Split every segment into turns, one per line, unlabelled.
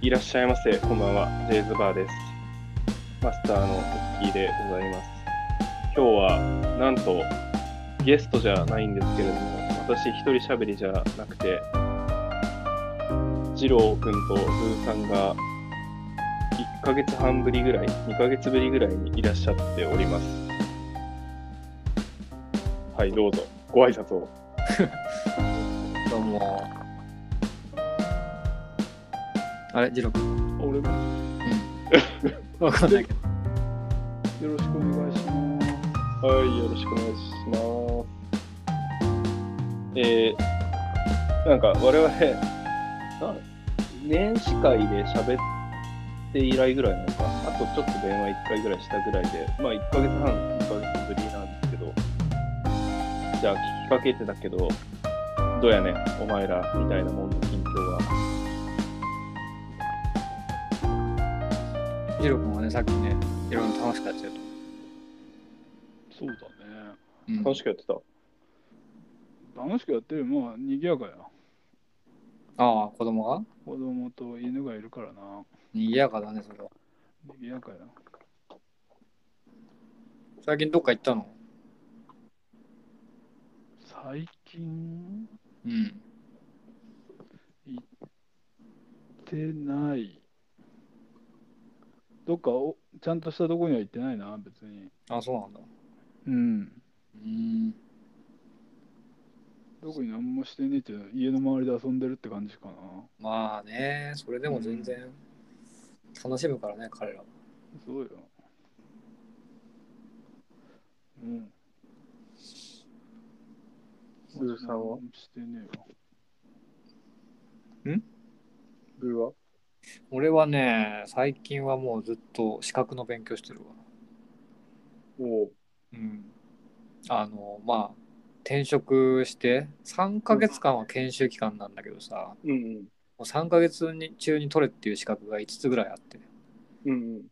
いらっしゃいませ。こんばんは。ジェイズバーです。マスターのトッキーでございます。今日は、なんと、ゲストじゃないんですけれども、私一人喋りじゃなくて、二郎くんとズーさんが、1ヶ月半ぶりぐらい、2ヶ月ぶりぐらいにいらっしゃっております。はい、どうぞ。ご挨拶を。
どうも。あれ、ジロ君。
俺も
わかんないけど。
よろしくお願いしま
はい、よろしくお願いします。えー、なんか我々、な年始会で喋って以来ぐらいなのか、あとちょっと電話1回ぐらいしたぐらいで、まあ1ヶ月半、1ヶ月ぶりなんですけど、じゃあ聞きかけてたけど、どうやねん、お前らみたいなもんの近況は。
ジロ君はね、さっきね、いろいろ楽しくやってると。
す。そうだね。
うん
楽しくやってた。
楽しくやってるまあ賑やかや。
ああ、子供が
子供と犬がいるからな。
賑やかだね、それは。
賑やかや。
最近どっか行ったの
最近
うん。
行ってない。どっかおちゃんとしたとこには行ってないな、別に。
あそうなんだ。
うん。
うん。
特に何もしてねえっていうのは家の周りで遊んでるって感じかな。
まあね、それでも全然楽しむからね、彼らは。
そうよ。うん。
鈴さんは
してねえわ。
ブーは
俺はね、最近はもうずっと資格の勉強してるわ。
おう
うん。あの、まあ、転職して3ヶ月間は研修期間なんだけどさ、
うん
もう3ヶ月に中に取れっていう資格が5つぐらいあって、
うん。うんうん。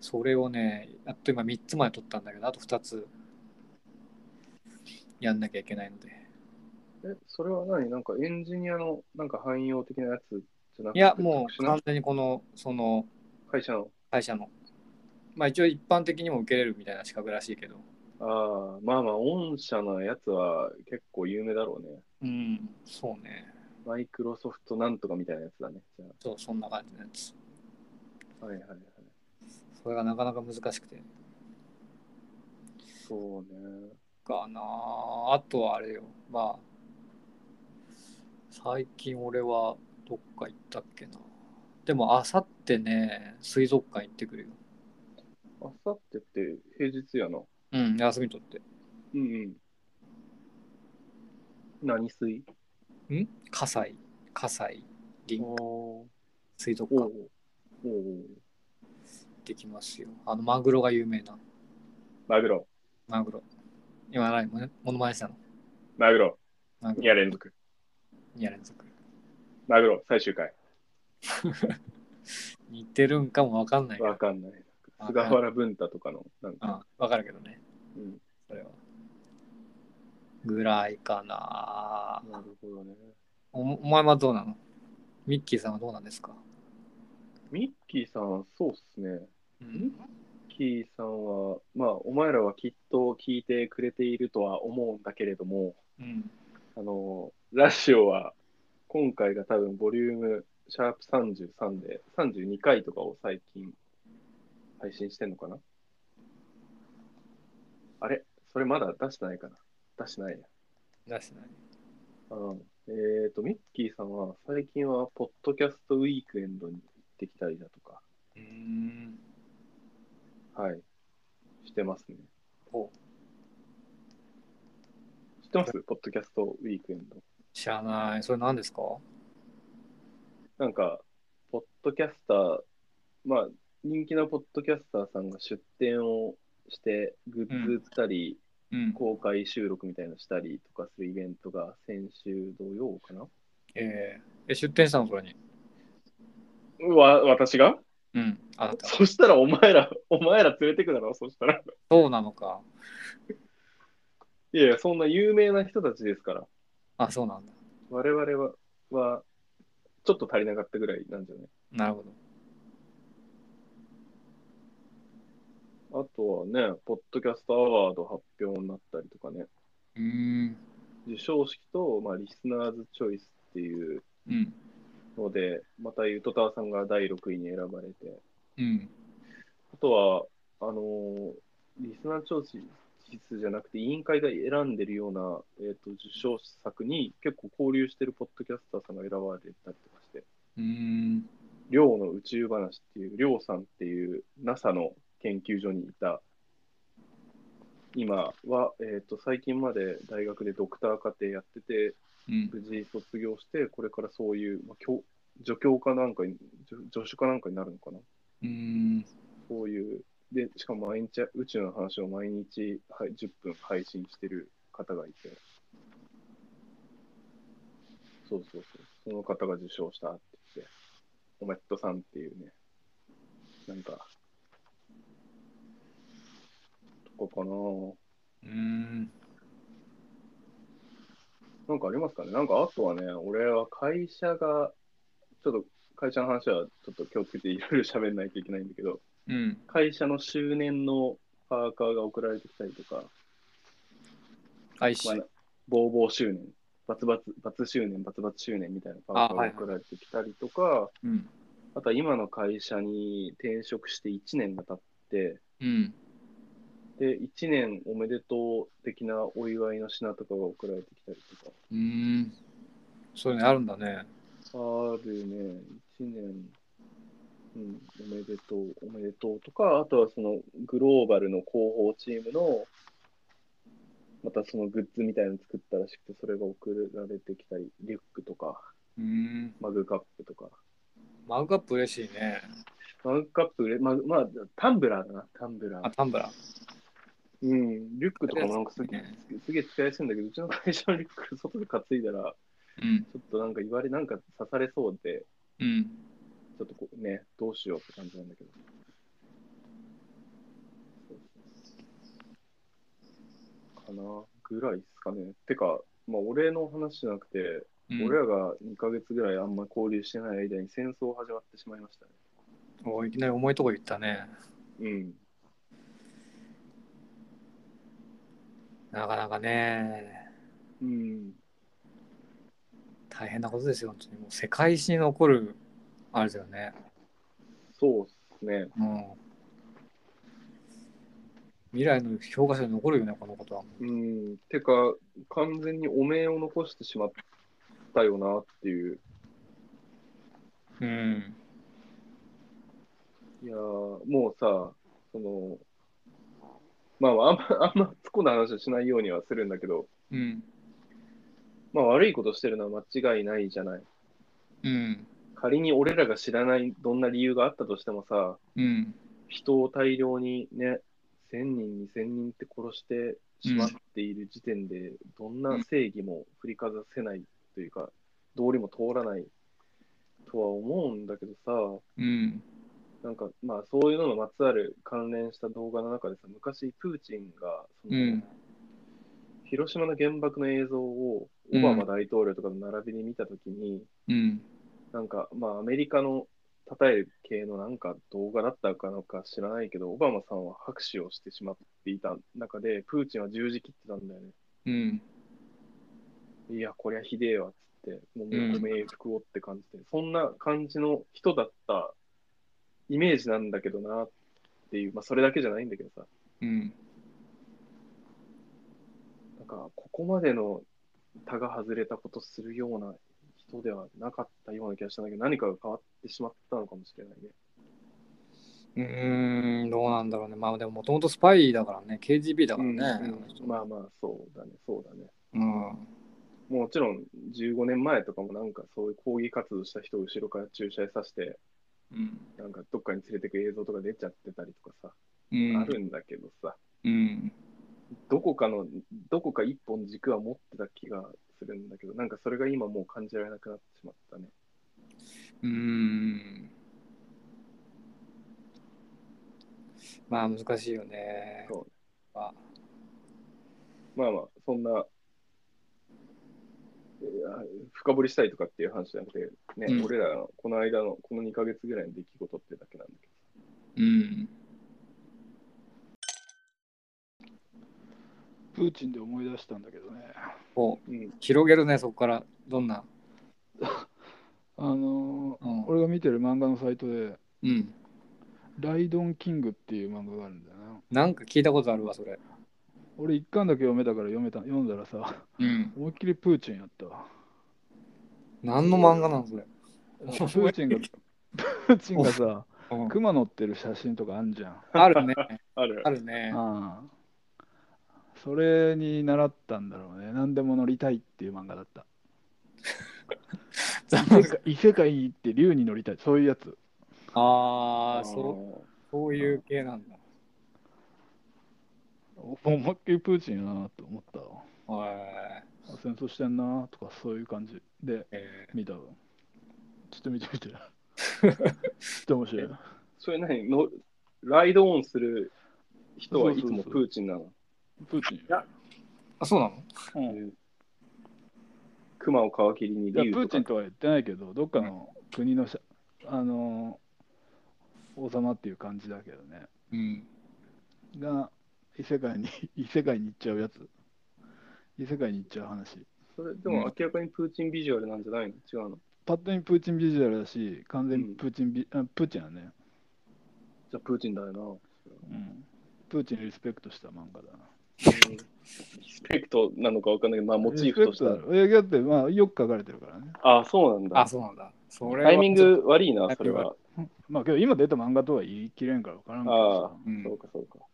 それをね、やっと今3つまで取ったんだけど、あと2つやんなきゃいけないので。
え、それは何なんかエンジニアのなんか汎用的なやつじゃなくて、
いや、もう
特殊な
完全にこの、その
会社の。
会社の、まあ一応一般的にも受けれるみたいな資格らしいけど、
ああ、まあまあ、御社のやつは結構有名だろうね。
うん、そうね。
マイクロソフトなんとかみたいなやつだね。じゃ
そう、そんな感じのやつ。
あ、はいはいはい。
それがなかなか難しくて。
そうね。
かなああとはあれよ、まあ、最近俺はどっか行ったっけな。でも、あさってね、水族館行ってくるよ。
あさってって平日やな。
うん、休み取って。
うんうん。何水
ん葛西、葛西、
お
林
お
水族
お
館
う
行
おう
ってきますよ。あの、マグロが有名な。
マグロ、
マグロ。今何もね、ものまねしたの。
マグロ、
マグ
2
ロ。
夜連続。
2夜連続。
マグロ、最終回。
似てるんかもわかんないけど。
わかんない。
あ
菅原文太とかの、なん
う
か、
ん、わかるけどね。
うん。
それは。ぐらいかな
なるほどね。
おお前はどうなのミッキーさんはどうなんですか、
ミッキーさん、そうっすね。
うん、
キーさんは、まあ、お前らはきっと聞いてくれているとは思うんだけれども、
うん。
あの、ラジオは、今回が多分、ボリューム、シャープ33で、32回とかを最近、配信してんのかなあれそれまだ出してないかな出してないや。
出してない。
うんえっ、と、ミッキーさんは、最近は、ポッドキャストウィークエンドに行ってきたりだとか、
うーん。
はい、してますね。
お
知ってますポッドキャストウィークエンド。
知らない。それ何ですか
なんか、ポッドキャスター、まあ、人気なポッドキャスターさんが出展をして、グッズ売ったり、
うん。
公開収録みたいなのしたりとかするイベントが先週土曜かな
えー、え、出店したのそれに。
わ、私が
うん。あなた。
そしたらお前ら、お前ら連れてくだろ、そしたら。
そうなのか。
いやいや、そんな有名な人たちですから、
あ、そうなんだ。
我々は、はちょっと足りなかったぐらいなんじゃない
なるほど。
あとはね、ポッドキャストアワード発表になったりとかね、
うーん。
授賞式と、まあ、リスナーズチョイスっていう
うん。
ので、またゆとたわさんが第6位に選ばれて、
うん。
あとは、あのーリスナーチョイスじゃなくて、委員会が選んでるような、えー、と受賞作に結構交流してるポッドキャスターさんが選ばれたりとかして、
うーん。
りょうの宇宙話っていう、りょうさんっていう NASA の研究所にいた、今は、えー、と最近まで大学でドクター課程やってて、
うん。
無事卒業して、これからそういう、まあ、教助教かなんかに、助助手かなんかになるのかな。
うーん。
そういう、で、しかも毎日宇宙の話を毎日、はい、10分配信してる方がいて、そうそうそう、その方が受賞したって言って、おめっとさんっていうね、なんか、とかかな
うーん。
なんかありますかねなんかあとはね、俺は会社が、ちょっと会社の話はちょっと気をつけていろいろ喋んないといけないんだけど、
うん。
会社の周年のパーカーが送られてきたりとか、
愛し
まあ。、ボーボー周年、バツバツ、バツ周年、バツバツ周年みたいなパーカー
あは
が
いはい
送られてきたりとか、あ,、
うん。
とは今の会社に転職して1年が経って、
うん。
で、1年おめでとう的なお祝いの品とかが送られてきたりとか、
うーん。そういうのあるんだね。
あるね、1年、うん、おめでとう、おめでとうとか、あとはそのグローバルの広報チームの、またそのグッズみたいの作ったらしくて、それが送られてきたり、リュックとか、
うーん。
マグカップとか、
マグカップ嬉しいね。
マグカップ売れ、まあ、まあ、タンブラーだな、タンブラー。
あ、タンブラー。
うん、リュックとかもなんかすげ
ね
すげえ使いやすいんだけど、うちの会社のリュック、外で担いだら、
うん。
ちょっとなんか言われ、なんか刺されそうで、
うん。
ちょっとこうね、どうしようって感じなんだけど。かなぐらいですかね。てか、まあ、俺の話じゃなくて、
うん、
俺らが2ヶ月ぐらいあんまり交流してない間に戦争始まってしまいましたね。
おいきなり重いとこ言ったね。
うん。
なかなかね、
うん。
大変なことですよ、本当に。もう世界史に残る、あれだよね。
そうっすね。
うん。未来の教科書に残るよね、このことは。
うん。てか、完全に汚名を残してしまったよなっていう。
うん。
いやーもうさ、その、まあ、あんま、あ んま突っ込んだ話はしないようにはするんだけど、
うん。
まあ悪いことしてるのは間違いないじゃない。
うん。
仮に俺らが知らないどんな理由があったとしてもさ、
うん。
人を大量にね、1000人、2000人って殺してしまっている時点で、どんな正義も振りかざせないというか、道理も通らないとは思うんだけどさ、
うん。
なんかまあそういうののまつわる関連した動画の中でさ、昔プーチンがその、
うん
広島の原爆の映像をオバマ大統領とかの並びに見たときに、
うん。
なんか、まあ、アメリカの称える系のなんか動画だったかなんか知らないけど、オバマさんは拍手をしてしまっていた中で、プーチンは十字切ってたんだよね。
うん。
いや、こりゃひでえわっつって、もう
うん
冥福をって感じで、そんな感じの人だったイメージなんだけどなっていう、まあ、それだけじゃないんだけどさ、
うん。
なんか、ここまでの他が外れたことするような人ではなかったような気がしたんだけど、何かが変わってしまったのかもしれないね。
うーん、どうなんだろうね。まあでももともとスパイだからね、KGB だからね。
うんまあまあ、そうだね、そうだね。
うん。
もちろん15年前とかもなんかそういう抗議活動した人を後ろから注射させて、
うん。
なんかどっかに連れてく映像とか出ちゃってたりとかさ、
うん。
あるんだけどさ、
うん。
どこかの、どこか一本軸は持ってた気がするんだけど、なんかそれが今もう感じられなくなってしまったね。
うーん。まあ難しいよね。
そう
あ
まあまあ、そんな深掘りしたいとかっていう話じゃなくて、ね、
うん
俺らのこの間のこの2ヶ月ぐらいの出来事ってだけなんだけ
うん。
プーチンで思い出したんだけどね。
お
ど。うん。
広げるね、そこから。どんな。
あの
うん
ー、。俺が見てる漫画のサイトで、
うん、
ライドンキングっていう漫画があるんだよな。
なんか聞いたことあるわ、それ。
俺一巻だけ読めたから読めた読んだらさ、
うん。
思いっきりプーチンやったわ。
何の漫画なんそれ。
プーチンが、プーチンがさ、
うん、
熊乗ってる写真とかあんじゃん。
あるね。
ある
あ。るね。
ああそれに習ったんだろうね。何でも乗りたいっていう漫画だった。
ざ
異世界異世界に行って竜に乗りたい。そういうやつ。
ああ、そう、そういう系なんだ。
お思いっきりプーチンやなと思ったわ。
は
あ戦争してんなとかそういう感じで
い。え
見たわ。ちょっと見てみて。ちょっと面白い。
それ何のライドオンする人はいつもプーチンなの
プーチン。
ーあ、そうなの
うん
えー熊を皮切りに
いや
竜
プー
とか
チンとは言ってないけど、どっかの国のしゃ、あのー王様っていう感じだけどね、
うん。
が異世界に 異世界に行っちゃうやつ、異世界に行っちゃう話。
それでも明らかにプーチンビジュアルなんじゃないの違うの
パッと見プーチンビジュアルだし、完全にプーチンビ、あプーチンだね、
じゃあプーチンだよ
うん。プーチンリスペクトした漫画だな。
な。リスペクトなのかわかんないけど、まあモチーフとして
リスペクトだろいやだって、まあ、よく書かれてるからね。
ああ、そうなんだ
あ、。そうなんだ。それは
タイミン。グ悪いな、それ
タ
は。
まあ、けど今出た漫画とは言い切れんから分からんけど
ああ
さ、
う、
そうんかそうか。
好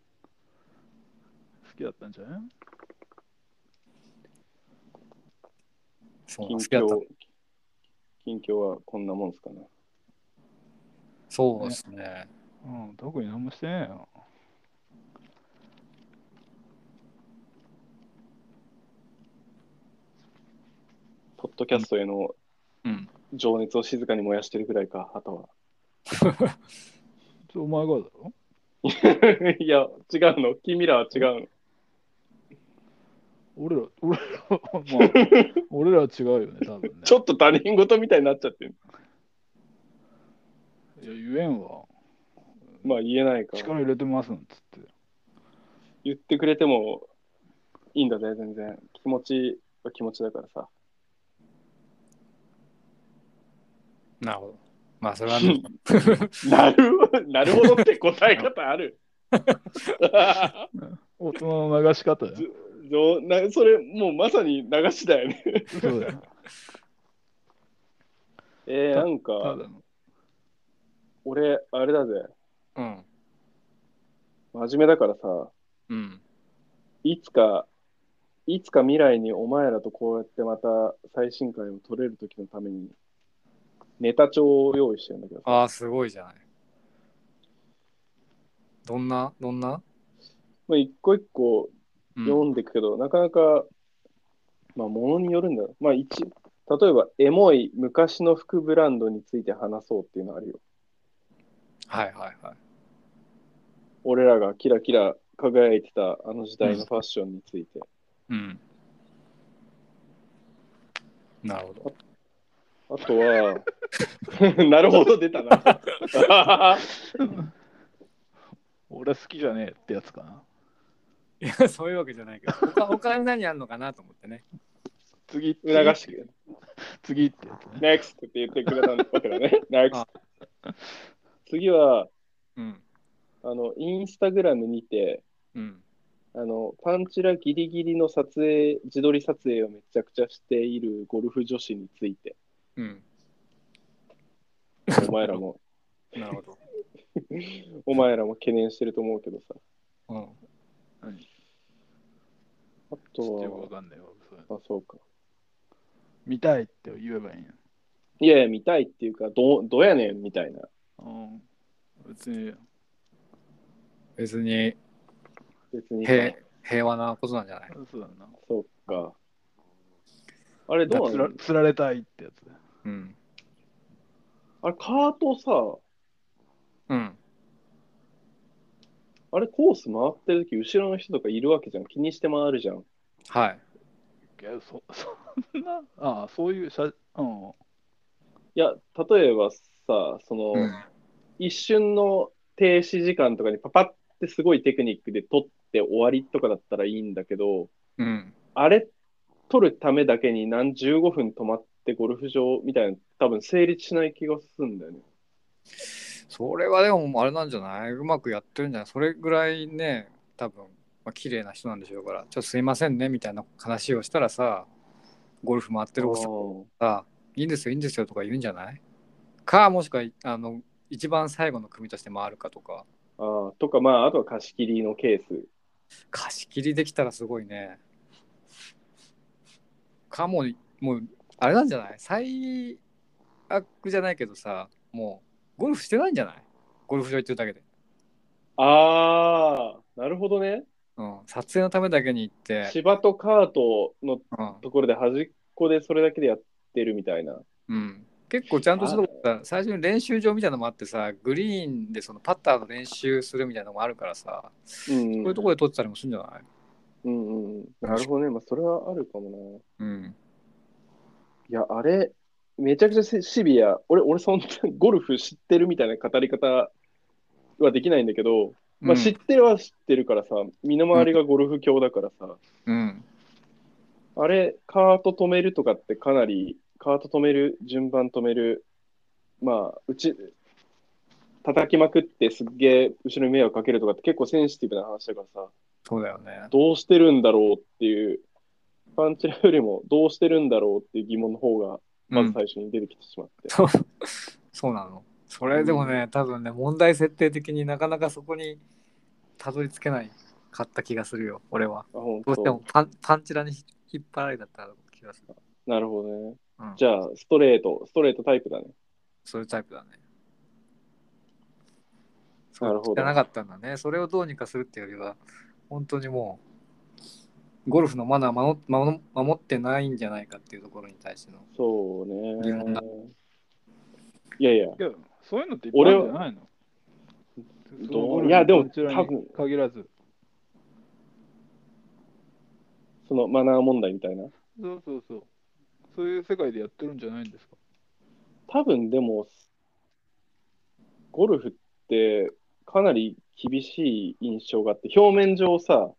きだったんじゃない
そう、
近
好きだった
況。、近況はこんなもんですかね。
そうですね。
うん、特に何もしてないよ。
ポッドキャストへの
うん。
情熱を静かに燃やしてるぐらいか、あとは。
それお前がだろ
いや、違うの。君らは違うの。
俺ら、俺ら、ま あ、俺らは違うよね、多分ね。
ちょっと他人事みたいになっちゃってる。
いや、言えんわ。
まあ言えないから。
力入れてますなんつって。
言ってくれてもいいんだぜ、全然。気持ちは気持ちだからさ。
なるほど。まあ、それは ね。
なるほどなるほどって答え方ある。
大人の流し方 だよ。
そうなそれ、もうまさに流しだよね。
そうだよ。
えー、なん
た
か、
だの。
俺、あれだぜ。
うん。
真面目だからさ、
うん。
いつか、いつか未来にお前らとこうやってまた最新回を撮れる時のために、ネタ帳を用意してるんだけどさ
ああ、すごいじゃない。どんなどんな
まあ、一個一個
うん
読んでいくけど、なかなか、まあ、ものによるんだよ。まあ、一、例えば、エモい昔の服ブランドについて話そうっていうのあるよ。
はいはいはい。
俺らがキラキラ輝いてたあの時代のファッションについて。
うん。なるほど。
あとは、なるほど、出たな。
俺は好きじゃねえってやつかな。
いや、そういうわけじゃないけど、 他他に何あるのかなと思ってね。
次、
促して、
次ってやつね。
NEXT って言ってくれたわけだね。NEXT
あ。
次は、
うん。
あの、インスタグラムにて、
うん。
あの、パンチラギリギリの撮影、自撮り撮影をめちゃくちゃしているゴルフ女子について、
うん。
お前らも、
なるほど。
お前らも懸念してると思うけどさ。
うん。
あ
ちょっとよ
と
くわかんないわ。それ
は、あ、そうか。
見たいって言えばいいんや。
いやいや、見たいっていうか、ど、どうやねんみたいな。
うん。別に、
別に
別に。
平平和なことなんじゃない
そうだな。
そうか。あれ、どう
つ
な
ら
の
つられたいってやつだよ。
うん。
あれ、カートさ、
うん。
あれ、コース回ってる時後ろの人とかいるわけじゃん。気にして回るじゃん。
はい。
けそ そんなああそういう写うん
いや、例えばさ、その、
うん
一瞬の停止時間とかにパパってすごいテクニックで撮って終わりとかだったらいいんだけど、
うん
あれ撮るためだけに何15分止まってゴルフ場みたいな、多分成立しない気がするんだよね。
それはでもあれなんじゃないうまくやってるんじゃないそれぐらいね多分、まあ綺麗な人なんでしょうからちょっとすいませんねみたいな話をしたらさゴルフ回ってる子さんがいいんですよいいんですよとか言うんじゃないかもしくはあの一番最後の組として回るかとか
あーあーとか、まあ、あとは貸し切りのケース。
貸し切りできたらすごいね。かもに、もう、あれなんじゃない最悪じゃないけどさ、もう、ゴルフしてないんじゃないゴルフ場行ってるだけで。
ああ、なるほどね。
うん、撮影のためだけに行って、
芝とカートの
うん、
ところで端っこでそれだけでやってるみたいな。
うん、結構ちゃんとしたとこさ、最初に練習場みたいなのもあってさ、グリーンでそのパッターの練習するみたいなのもあるからさ、
うんうん、
そういうところで撮ってたりもするんじゃない
うんうんうん。なるほどね。まあ、それはあるかもな。
うん。
いや、あれ、めちゃくちゃシシビア。俺、俺、そんなゴルフ知ってるみたいな語り方はできないんだけど、まあ、知ってるは知ってるからさ、身の回りがゴルフ教だからさ、
うん。
あれ、カート止めるとかってかなり、カート止める、順番止める、まあ、うち、叩きまくってすっげえ後ろに迷惑かけるとかって結構センシティブな話だからさ、
そうだよね。
どうしてるんだろうっていう、パンチラよりもどうしてるんだろうっていう疑問の方が、まず最初に出てきてしまって。
そうそうなの。それでもね、多分ね、問題設定的になかなかそこにたどり着けないかった気がするよ、俺は。
あ、本
どうして
当
も。パンパンチラにひ引っ張られたった気がする。
なるほどね。
うん、
じゃあ、ストレート、ストレートタイプだね。
そういうタイプだね。
なるほど
そうじゃなかったんだね。それをどうにかするっていうよりは、本当にもう、ゴルフのマナー守守守ってないんじゃないかっていうところに対しての。
そう
疑問
ね
だ。
いやいや、
けどそういうのっていっぱいあるんじゃないのそのゴルフ
いやでも
こちらに
多分
限らず
そのマナー問題みたいな。
そうそうそうそういう世界でやってるんじゃないんですか
多分でも、ゴルフってかなり厳しい印象があって、表面上さ、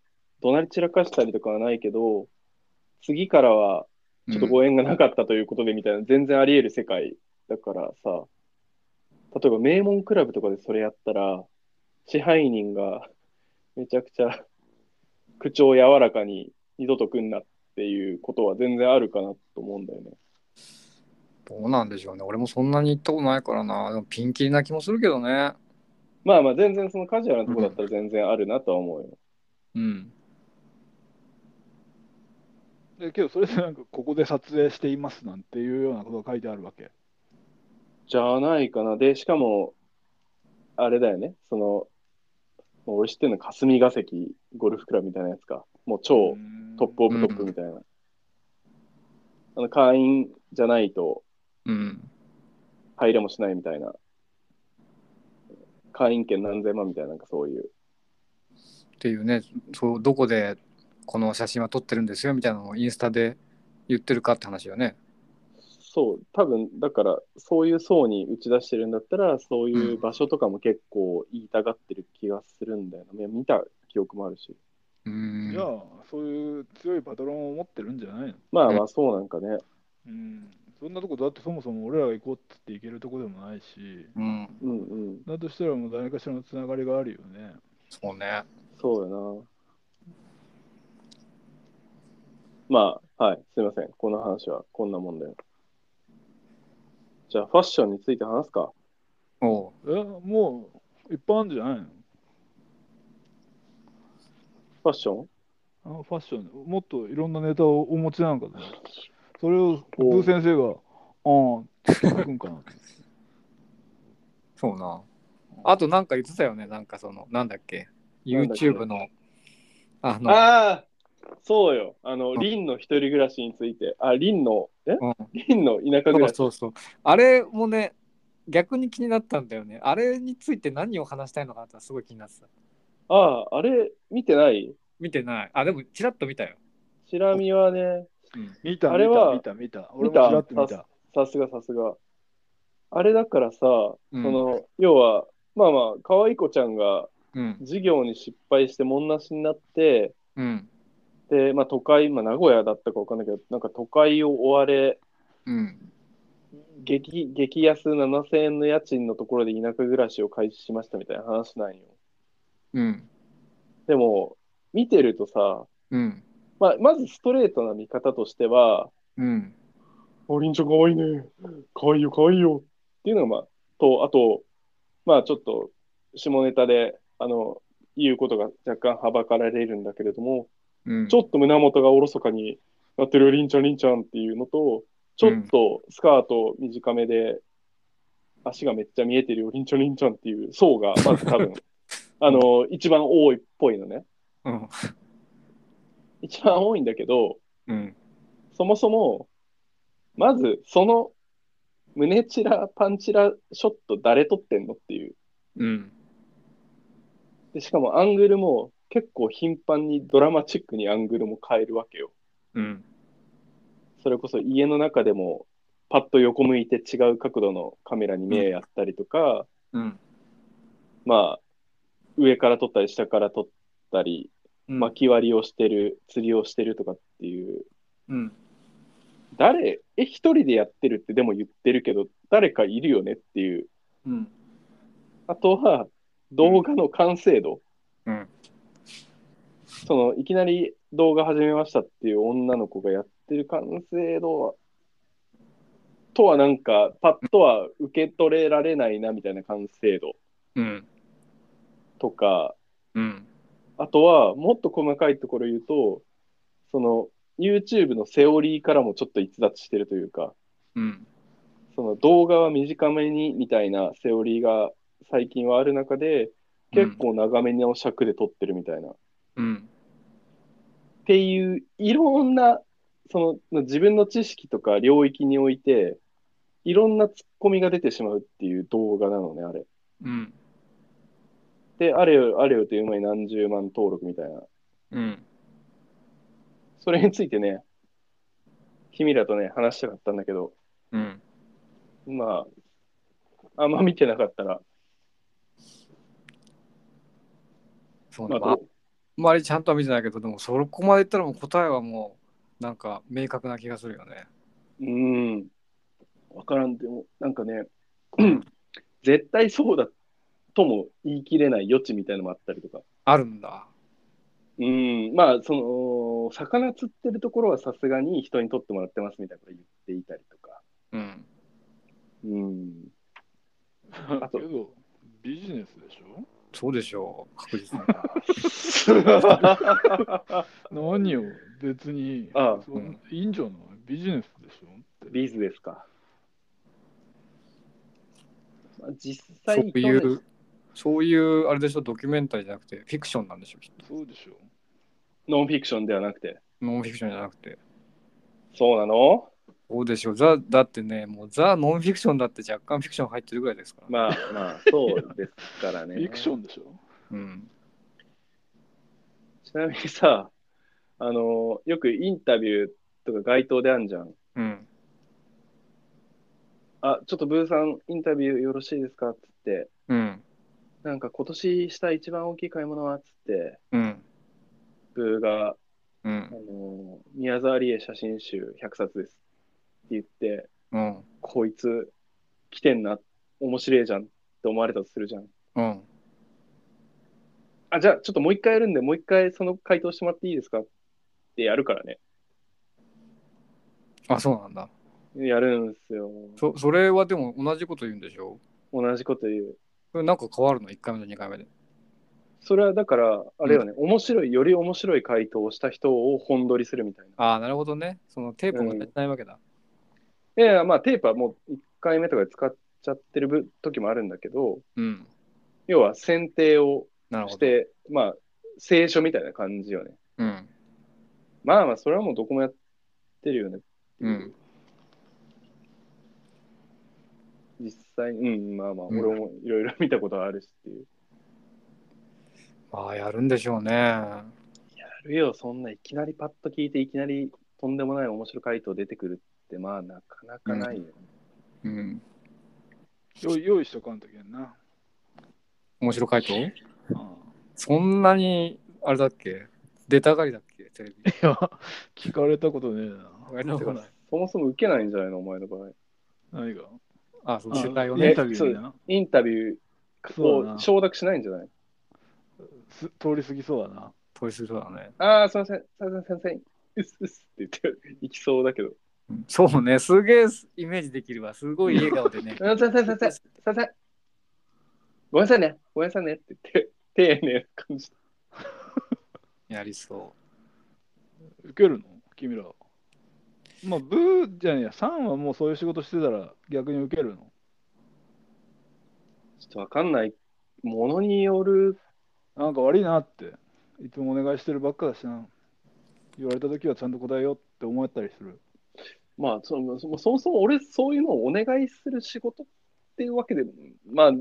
怒鳴り散らかしたりとかはないけど、次からはちょっとご縁がなかったということでみたいな、全然あり得る世界だからさ、例えば名門クラブとかでそれやったら、支配人がめちゃくちゃ 口調柔らかに二度と来んなっていうことは全然あるかなと思うんだよね。
どうなんでしょうね。俺もそんなに行ったことないからな。でもピンキリな気もするけどね。
まあまあ全然そのカジュアルなとこだったら全然あるなとは思うよ。
うん。
でけどそれでなんかここで撮影していますなんていうようなことが書いてあるわけ
じゃないかな。で、しかも、あれだよね、その、もう俺知ってるの霞が関ゴルフクラブみたいなやつか。もう超、トップオブトップみたいな。あの会員じゃないと
うん。
入れもしないみたいな。会員権何千万みたいな、なんかそういう。
っていうね、そうどこでこの写真は撮ってるんですよみたいなのをインスタで言ってるかって話よね。
そう、多分だから、そういう層に打ち出してるんだったら、そういう場所とかも結構言いたがってる気がするんだよな。いや見た記憶もあるし。
うーん。
じゃあそういう強いパトロンを持ってるんじゃないの
まあまあ、そうなんかね。
うんそんなとこだってそもそも俺らが行こうっつって行けるとこでもないし
うん。
うんうん。
だとしたらもう誰かしらのつながりがあるよね
そうね。
そうよな。まあ、はい、すいません。この話はこんなもんだよ。じゃあ、ファッションについて話すか。
おう
えもういっぱいあるんじゃないの
ファッション
あのファッションもっといろんなネタをお持ちなんかでそれをブー先生が「ああ」って書くんかな
そうな。あとなんか言ってたよね。なんかその、なんだっけ。
なんだっけ
YouTube の、あの、
ああ、そうよ。あの、
ん
リンの一人暮らしについて。あ、リンの、え
うん、
リンの田舎暮
そ
ら
う
し。
そうそう。あれもね、逆に気になったんだよね。あれについて何を話したいのかなってすごい気になってた。
ああ、あれ、見てない
見てない。あ、でもちらっと見たよ。
チラ見はね、し
見た、
あれは
見た、見た、見た。俺
見
もち
た
らっと見た。
さすがさすが。あれだからさ、
うん
その、要は、まあまあ、可愛い子ちゃんが
うん
授業に失敗してもんなしになって、
うん
で、まあ都会、まあ名古屋だったかわかんないけど、なんか都会を追われ、
うん
激激安7000円の家賃のところで田舎暮らしを開始しましたみたいな話なんよ。
うん
でも、見てるとさ、
うん
まあ、まずストレートな見方としては、
うん
あ、りんちゃんかわいいね。かわいいよ、かわいいよ。っていうのが、まあ、と、あと、まあ、ちょっと、下ネタで、あの、言うことが若干はばかられるんだけれども、
うん
ちょっと胸元がおろそかになってるよりんちゃん、りんちゃんっていうのと、ちょっとスカート短めで、足がめっちゃ見えてるよ、りんちゃん、りんちゃんっていう層が、まず多分、あの、一番多いっぽいのね。
うん
一番多いんだけど、
うん
そもそも、まず、その、胸チラ、パンチラショット誰撮ってんのっていう。
うん
で、しかもアングルも結構頻繁にドラマチックにアングルも変えるわけよ。
うん
それこそ家の中でも、パッと横向いて違う角度のカメラに目やったりとか、
うん
まあ、上から撮ったり下から撮ったり、
うん
巻き割りをしてる、釣りをしてるとかっていう、
うん
誰、え、一人でやってるってでも言ってるけど、誰かいるよねっていう
うん
あとは動画の完成度、
うん
そのいきなり動画始めましたっていう女の子がやってる完成度はとはなんかパッとは受け取れられないなみたいな完成度
うん
とか
うん
あとはもっと細かいところ言うとその YouTube のセオリーからもちょっと逸脱してるというか
うん
その動画は短めにみたいなセオリーが最近はある中で結構長めの尺で撮ってるみたいな、っ
うん
ていういろんなその自分の知識とか領域においていろんなツッコミが出てしまうっていう動画なのねあれ
うん
であれよあれよという間に何十万登録みたいな
うん
それについてね君らとね話したかったんだけど
うん
まああんま見てなかったら、
そう
ま
ね
あ、
まああんまりちゃんとは見てないけどでもそこまでいったらもう答えはもうなんか明確な気がするよね
うーん。わからんでも、なんかね、 絶対そうだとも言い切れない余地みたいのもあったりとか。
あるんだ
うーん。まあ、その、魚釣ってるところはさすがに人に取ってもらってますみたいなこと言っていたりとか。
うん
うーん。あと
けど、ビジネスでしょ
そうでしょう確実に
何を別に
ああ
そ
うん
いいんじゃないビジネスでしょって。
ビーズですか。まあ、実
そ
際
ういうそういうあれでしょドキュメンタリーじゃなくてフィクションなんでしょきっと
そうでしょ
ノンフィクションではなくて。
ノンフィクションじゃなくて
そうなの
そうでしょうザだってねもうザノンフィクションだって若干フィクション入ってるぐらいですから、
まあまあ、そうですからね。
フィクションでしょ
うん
ちなみにさ、あのよくインタビューとか街頭であんじゃん。
うん
あ、ちょっとブーさん、インタビューよろしいですかっつって、
うん
なんか今年した一番大きい買い物はっつって、
うん
ブーが、
う
あ
ん
の宮沢りえ写真集100冊ですって言って、
うん
こいつ、来てんな、面白いじゃんって思われたとするじゃん。
うん
あ、じゃあちょっともう一回やるんで、もう一回その回答してもらっていいですかってやるからね。
あそうなんだ
やるんですよ。
そそれはでも同じこと言うんでしょ
同じこと言う。
それなんか変わるの1回目と2回目で
それはだから、あれよね、面白い、より面白い回答をした人を本撮りするみたいな。
ああなるほどねそのテープが足りないわけだ
いやいや、まあテープはもう1回目とかで使っちゃってる分時もあるんだけど、
うん、
要は選定を
なる
し
ほど
て、まあ、聖書みたいな感じよね。
うん
まあまあ、それはもうどこもやってるよねっていううん実際、うん、まあまあ、
うん
俺もいろいろ見たことあるしっていう。
まあやるんでしょうね
やるよ、そんないきなりパッと聞いて、いきなりとんでもない面白回答出てくるって、まあ、なかなかないよね。
うん。
よ用意しとかんときやんな。
面白回答
あ
そんなに、あれだっけ出たがりだっけテレビ。
いや、 聞かれたことねえ
あれだ
てかそもそも受けないんじゃないの、お前の場合。
な。何が
あ、そう、
あ
取材を
イ
ね
ン。タビューみたいな。
インタビュー
そうだ
を
な
承諾しないんじゃない
す通り過ぎそうだな。
通り過ぎそうだね。
ああ、すいません、すいません、先生。うっすうっすって言って、行きそうだけど。す
うんそうね、すげえイメージできるわ。すごい笑顔で ね
い。ません、先生、すいません。ごめんなさいね、ごめんなさいねって言って、丁寧な感じ。
やりそ
受けるの君ら。まあ、ブーじゃねえや、サンはもうそういう仕事してたら逆に受けるの。
ちょっとわかんない。ものによる、
なんか悪いなって、いつもお願いしてるばっかだしな。言われたときはちゃんと答えようって思ったりする。
まあ、そのそそもそも俺、そういうのをお願いする仕事っていうわけでも、まあ、ず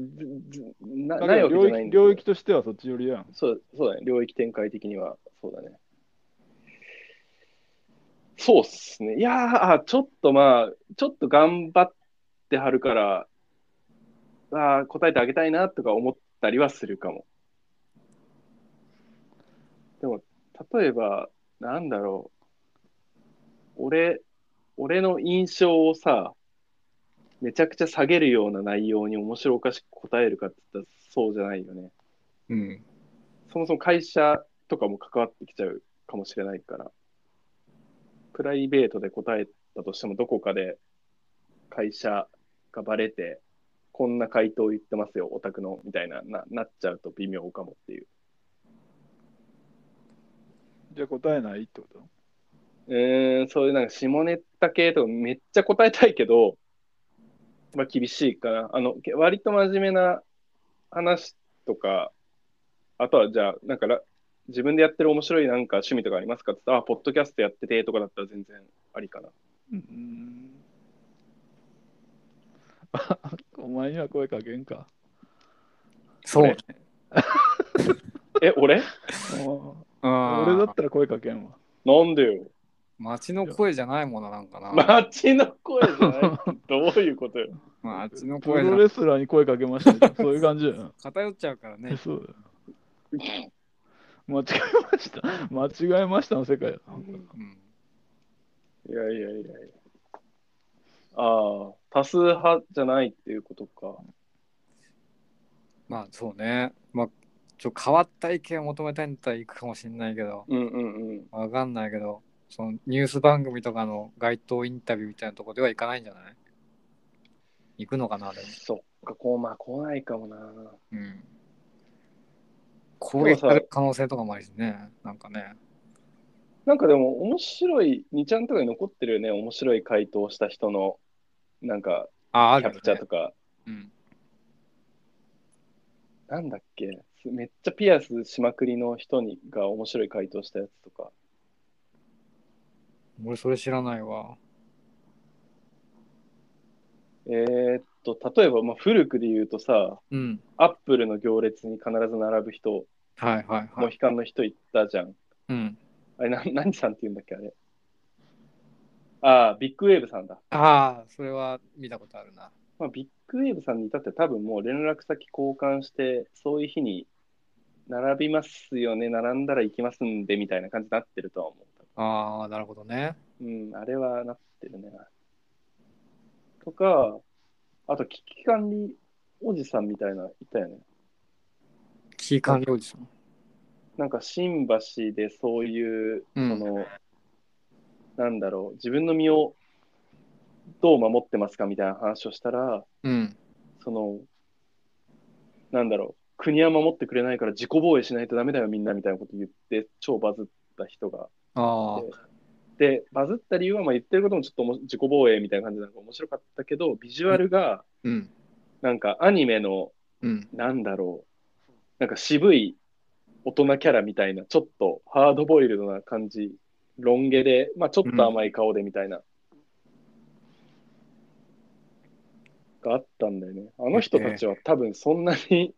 ずな
だ
な
け
いわ
ど
け
領
じゃないんだ
域
けど
領域としてはそっち寄りやん。
そうそうだね、領域展開的には、そうだね。そうっすね。いやー、ちょっとまあ、ちょっと頑張ってはるから、あー答えてあげたいなとか思ったりはするかも。でも、例えば、なんだろう。俺、俺の印象をさ、めちゃくちゃ下げるような内容に面白おかしく答えるかって言ったらそうじゃないよね。
う。うん。
そもそも会社とかも関わってきちゃうかもしれないから、プライベートで答えたとしても、どこかで会社がバレて、こんな回答言ってますよ、オタクの、みたいなな、なっちゃうと微妙かもっていう。
じゃあ答えないってこと
うーん、そういうなんか下ネタ系とかめっちゃ答えたいけど、まあ厳しいかな。あの、け割と真面目な話とか、あとはじゃあ、なんから、自分でやってる面白いなんか趣味とかありますかって言ったら、あ、ポッドキャストやっててとかだったら全然ありかな。
うーん お前には声かけんか。
そうね。
え、俺
あ
俺だったら声かけんわ。
なんでよ。
街の声じゃないものなんかな。
街の声じゃないどういうことよ。
街の
プ
声じゃ
ロ
な
レスラーに声かけまし たよ。そういう感じやな。
偏っちゃうからね。
そうだよ。間違えました。間違えましたの世界だな。
うん。
いやいやいやいや。ああ、多数派じゃないっていうことか。
まあそうね。まあ、ちょっと変わった意見を求めたいんだったら行くかもしれないけど、
うんうんうん。
わかんないけど、そのニュース番組とかの街頭インタビューみたいなとこでは行かないんじゃない行くのかな、でも。
そっか、こう、まあ来ないかもな。
うん。攻撃される可能性とかもあるしね。なんかね。
なんかでも面白い、2ちゃんとかに残ってるよね、面白い回答した人の、なんか、
あ、あ
キャ
るよね
プチャーとか、
うん。
なんだっけ、すめっちゃピアスしまくりの人にが面白い回答したやつとか、
俺それ知らないわ。
えー、っと、例えば、まあ、古くで言うとさ、
うん。
アップルの行列に必ず並ぶ人、
はいはいは
モ
い。
ヒカンの人いったじゃん。
うん。
あれ、な何さんって言うんだっけ、あれ。ああ、ビッグウェーブさんだ。
ああ、それは見たことあるな。
まあ、ビッグウェーブさんに至っては多分もう連絡先交換して、そういう日に並びますよね、並んだら行きますんでみたいな感じになってるとは思
ああ、なるほどね。
う。うん、あれはなってるね。とか、あと危機管理おじさんみたいな、いたよね。
キー管理おじさん。
なんか新橋でそういう、
うん
その、なんだろう、自分の身をどう守ってますかみたいな話をしたら、
うん。
その、なんだろう、国は守ってくれないから自己防衛しないとダメだよ、みんなみたいなこと言って、超バズった人が。
ああ。
で、バズった理由は、まあ、言ってることもちょっとおも自己防衛みたいな感じでなんか面白かったけど、ビジュアルが、
うん。
なんかアニメの、
うん。
なんだろう、なんか渋い大人キャラみたいな、ちょっとハードボイルドな感じ、ロン毛で、まあ、ちょっと甘い顔でみたいな、があったんだよね。あの人たちは多分そんな に、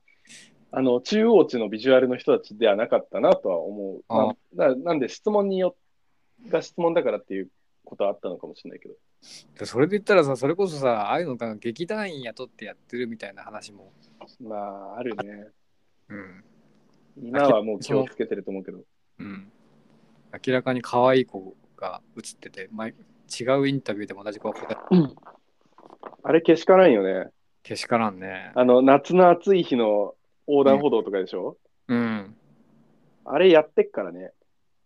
あの、中央値のビジュアルの人たちではなかったなとは思う。
あ
まあななんで質問によが質問だからっていうことはあったのかもしれないけど。
でそれで言ったらさそれこそさああいうのが劇団員雇ってやってるみたいな話も、
まあ、あるね。
うん
今はもう気をつけてると思うけど。
うん、明らかに可愛い子が映ってて前違うインタビューでも同じ子が答え
あれ、けしからんよね。
けしからんね
あの、夏の暑い日の横断歩道とかでしょ、
うん
あれやってっからね。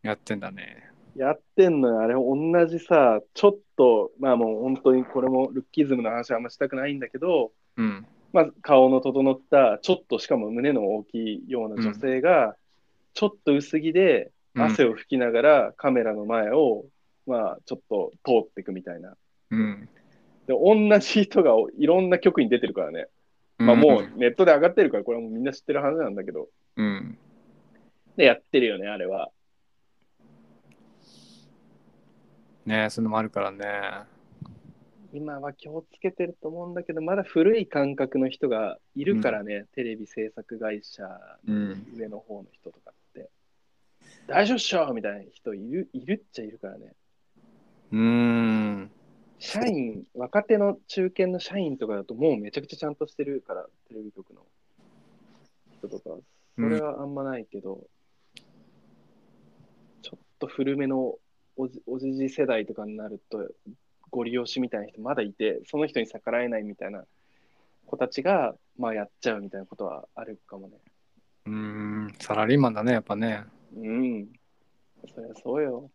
やってんだね
やってんのよ。あれ、同じさ、ちょっと、まあもう本当にこれもルッキズムの話はあんましたくないんだけど、
うん
まあ、顔の整った、ちょっとしかも胸の大きいような女性が、ちょっと薄着で汗
を
を拭きながらカメラの前を、まあ、ちょっと通っていくみたいな。
うん、
で、同じ人がいろんな局に出てるからね。まあ、もうネットで上がってるから、これはもうみんな知ってる話なんだけど。
うん、うん、
で、やってるよね、あれは。
ねそういうのもあるからね
今は気をつけてると思うんだけど、まだ古い感覚の人がいるからね、テレビ制作会社
うん
上の方の人とかって。大丈夫っしょみたいな人いるいるっちゃいるからね。
うーん
社員、若手の中堅の社員とかだと、もうめちゃくちゃちゃんとしてるから、テレビ局の人とか、それはあんまないけど、ちょっと古めのおじおじじ世代とかになると、ご利用しみたいな人まだいて、その人に逆らえないみたいな子たちが、まあやっちゃうみたいなことはあるかもね。
うーんサラリーマンだねやっぱね
うん。そりゃそうよ。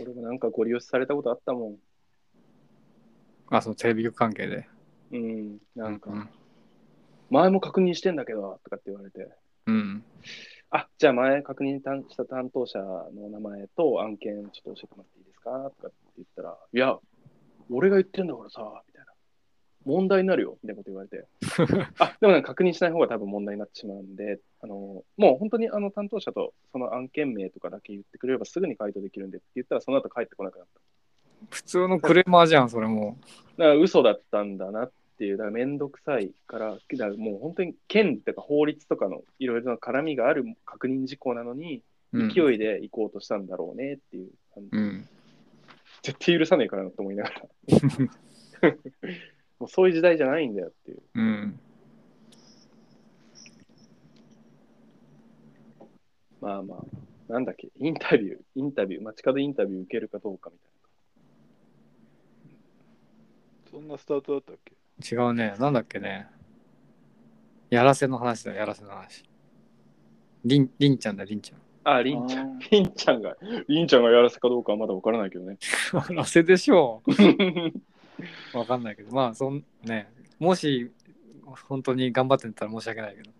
俺もなんかご利用しされたことあったも
あそのテレビ局関係で
ん。うん。なんか、
うん
前も確認してんだけど、とかって言われて。
うん
あ、じゃあ前確認担した担当者の名前と案件ちょっと教えてもらっていいですかとかって言ったら、いや、俺が言ってんだからさ、みたいな。問題になるよ、みたいなこと言われて。あ、でもなんか確認しない方が多分問題になってしまうんで、あの、もう本当にあの担当者とその案件名とかだけ言ってくれればすぐに回答できるんでって言ったら、その後帰ってこなくなった。
普通のクレーマーじゃんそれも
だから嘘だったんだなっていう、だからめんどくさいから、だからもう本当に権利とか法律とかのいろいろな絡みがある確認事項なのに、
うん
勢いで行こうとしたんだろうねっていう感じ、
うん
絶対許さねえからなと思いなが らもうそういう時代じゃないんだよっていう
うん
まあまあなんだっけインタビューインタビュー街角インタビュー受けるかどうかみたい
そんなスタートだったっけ
違うね。なんだっけね。やらせの話だ、やらせの話。りん、りんちゃんだ、りんち
なありんちゃ
あ
ん
ー
りんちゃんがりんちゃんがやらせかどうかはまだわからないけど ね
ゃん。やらせでしょう。わかんないけど、まあ、そん、ね。もし、本当に頑張ってんだったら申し訳ないけど。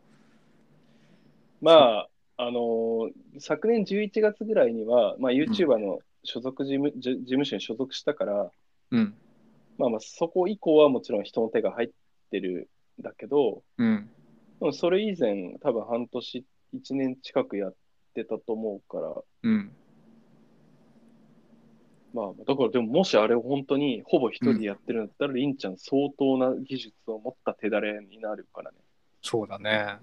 まああのー昨年11月ぐらいには、まあ、YouTuber の所属事務,じゅ、事務所に所属したから
うん。
まあまあそこ以降はもちろん人の手が入ってるんだけど、
うん。
でもそれ以前、多分半年、1年近くやってたと思うから、
うん。
まあ、だからでももしあれを本当にほぼ一人でやってるんだったら、り、んちゃん相当な技術を持った手だれになるからね。
そうだね。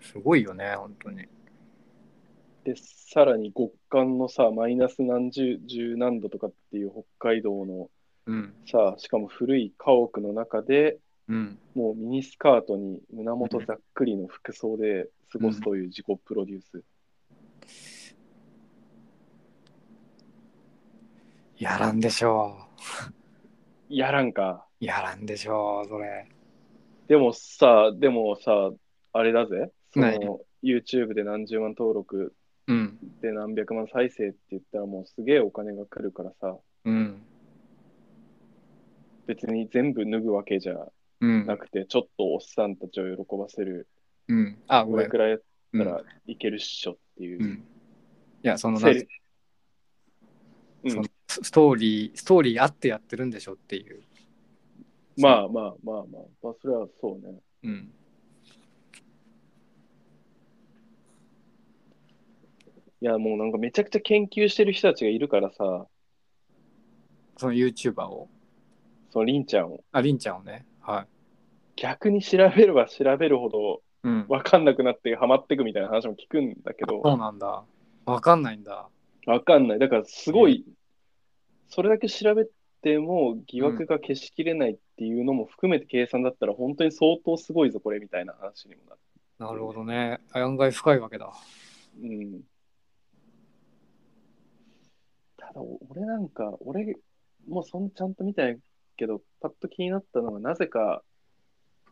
すごいよね、本当に。
で、さらに極寒のさ、マイナス何十、十何度とかっていう北海道の
うん。
さ、しかも古い家屋の中で、
うん。
もうミニスカートに胸元ざっくりの服装で過ごすという自己プロデュース。
やらんでしょ
やらんか。
う。やらんでしょう、それ。
でもさ、でもさ、あれだぜ、そ
何
の YouTube で何十万登録
うん。
で何百万再生って言ったらもうすげえお金が来るからさ、
うん。
別に全部脱ぐわけじゃ
うん
な。くて、ちょっとおっさんたちを喜ばせる、
うん。あ、ご
こ
め
れ
ん。
くらいやっ
う
た
ん
らいけるっしょっていうう。
ん。いや、その、
セリうん
そのスストーリー、ストーリーあってやってるんでしょっていう。
まあまあまあまあ、まあ、それはそうね。
うん。
いや、もうなんかめちゃくちゃ研究してる人たちがいるからさ、
その YouTuber を。
そのりんちゃんを。
あ、りんちゃんをね。は
逆に調べれば調べるほど
うん。
分かんなくなってハマっていくみたいな話も聞くんだけど、
そうなんだ。わかんないんだ。
わかんない。だからすごい、それだけ調べても疑惑が消しきれないっていうのも含めて計算だったら、本当に相当すごいぞ、これみたいな話にもなる。
なるほどね。案外深いわけだ。
うん。ただ、お俺なんか、俺もそんちゃんと見てないけど、パッと気になったのは、なぜか、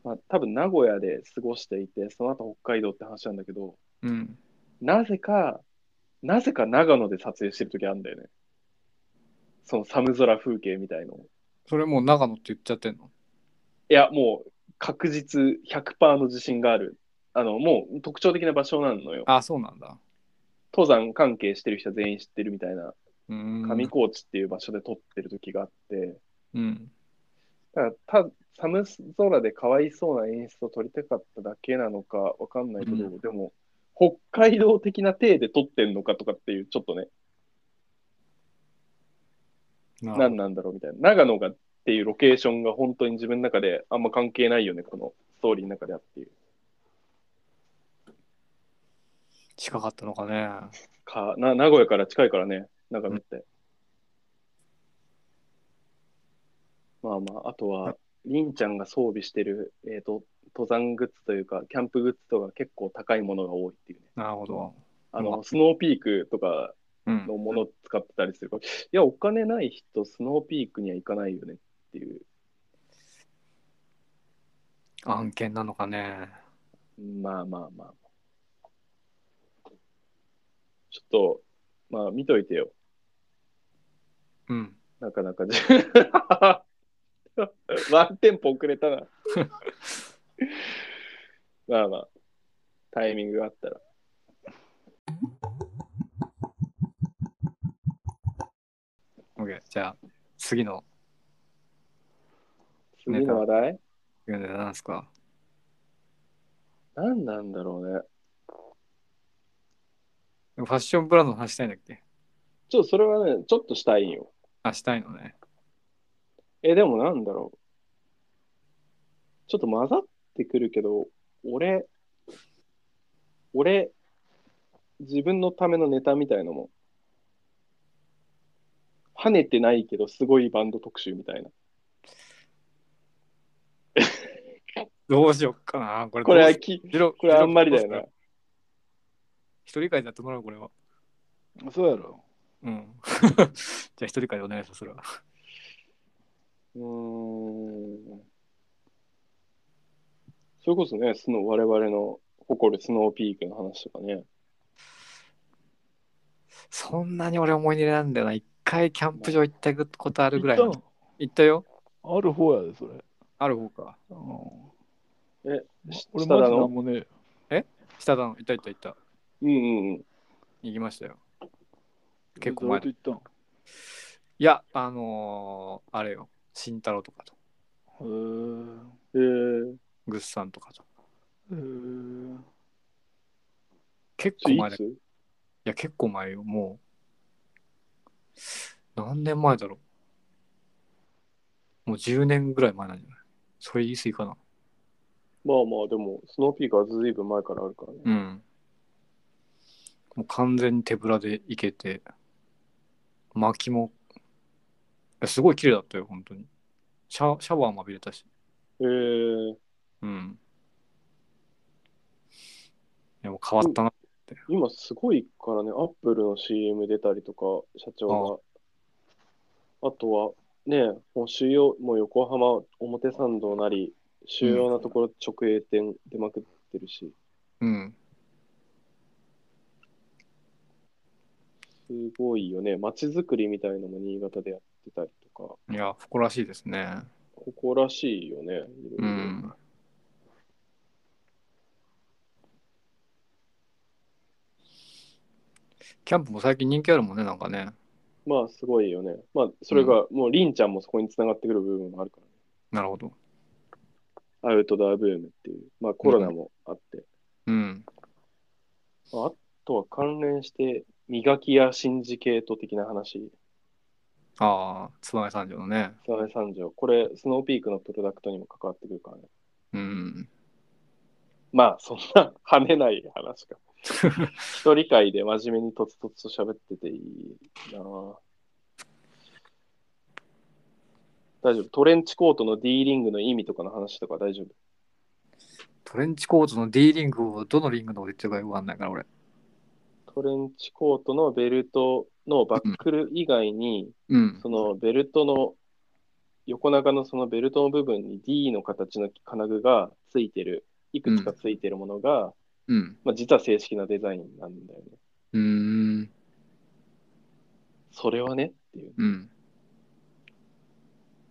まあ多分名古屋で過ごしていて、その後北海道って話なんだけど、
うん。
なぜか、なぜか長野で撮影してる時あるんだよね。その寒空風景みたいのを
それもう長野って言っちゃってんの
いや、もう確実100%の自信がある。あの、もう特徴的な場所なのよ。
あ、そうなんだ。
登山関係してる人は全員知ってるみたいな、
うーん。
上高地っていう場所で撮ってる時があって、
うん。
だからた寒空でかわいそうな演出を撮りたかっただけなのかわかんないけど、
う
でも、北海道的な体で撮ってんのかとかっていう、ちょっとね、
なるほ
何なんだろうみたいな。長野がっていうロケーションが本当に自分の中であんま関係ないよね、このストーリーの中であっていう。
ど近かったのかね。
かな名古屋から近いからね、長野って。まあまあ、あとは、りんちゃんが装備してる、えー、と登山グッズというか、キャンプグッズとか結構高いものが多いっていうね。
なるほど。
あ
う
の、
ん
スノーピークとか
うん。
のもの使ってたりするから、いや、お金ない人、スノーピークには行かないよねっていう、
案件なのかね。
まあまあまあ。ちょっと、まあ見といてよ。
うん。
なかな かじ。ワンテンポ遅れたな。 まあまあ、タイミングがあったら。
OK。じゃあ、次の
次の話題
読んで何すか
何なんだろうね。
ファッションブランドの話したいんだっけ
ちょっとそれはね、ちょっとしたいんよ。
あ、したいのね。
え、でもなんだろう。ちょっと混ざってくるけど、俺、俺、自分のためのネタみたいのも、跳ねてないけど、すごいバンド特集みたいな。
どうしよっかな。これ、
これは
どうし
き、
ジロ
これあんまりだよな。。
一人会だと思うよ、これは。
そうやろ。
うん。 じゃあ、一人会でお願いします、それは。
うーん。それこそね、スノー我々の誇るスノーピークの話とかね。
そんなに俺思い出なんだよな。一回キャンプ場行ったことあるぐらい。
行っ
行ったよ。
たのある方やで、それ。
ある方か。
うん、
え
ま
し
俺
下
マ
だ
ジ
の
なんもねえ。
下だの。行った行った行った。
うんうんうん。
行きましたよ。結構前
どうやって行っ
いや、あのーあれよ。慎太郎とかと、
たん
えー、
ぐっさんとかと。
へえ。へえ。
結
そ
構
れ
前
い
だ。い
つ
や、結構前よ。もう、何年前だろう。もう10年ぐらい前なんじゃないそれ言い過ぎかな。
まあまあ、でも、スノーピークはずいぶん前からあるからね。
うん。もう完全に手ぶらでいけて、薪も、いやすごい綺麗だったよ、本当に。シャシャワーも浴びれたし。
えー、
うん。でもう変わったな。
今すごいからね、アップルの CM 出たりとか、社長が。あとは、ね、もう主要、もう横浜表参道なり、主要なところ直営店出まくってるし、
うん。
すごいよね。街づくりみたいのも新潟でやってたりとか、
いや、誇らしいですね。
誇らしいよね。いろいろ
うん。キャンプも最近人気あるもんね、なんかね。
まあ、すごいよね。まあ、それが、もう、りんちゃんもそこに繋がってくる部分もあるからね。
なるほど。
アウトドアブームっていう。まあ、コロナもあって。
うん。
まあ、あとは関連して、磨きやシンジケート的な話。
ああ、つばめ三条のね。
つばめ三条。これ、スノーピークのプロダクトにも関わってくるからね。
うん。
まあ、そんな跳ねない話か。一人会で真面目にとつとつと喋ってていいなぁ大丈夫。トレンチコートの D リングの意味とかの話とか大丈夫。
トレンチコートの D リングをどのリングの俺言ってるかよくわかんないから俺。
トレンチコートのベルトのバックル以外に、
うん。
そのベルトの横長のそのベルトの部分に D の形の金具がついてる、いくつかついてるものが、
うん。
まあ、実は正式なデザインなんだよね。
うーん。
それはねっていう。
うん。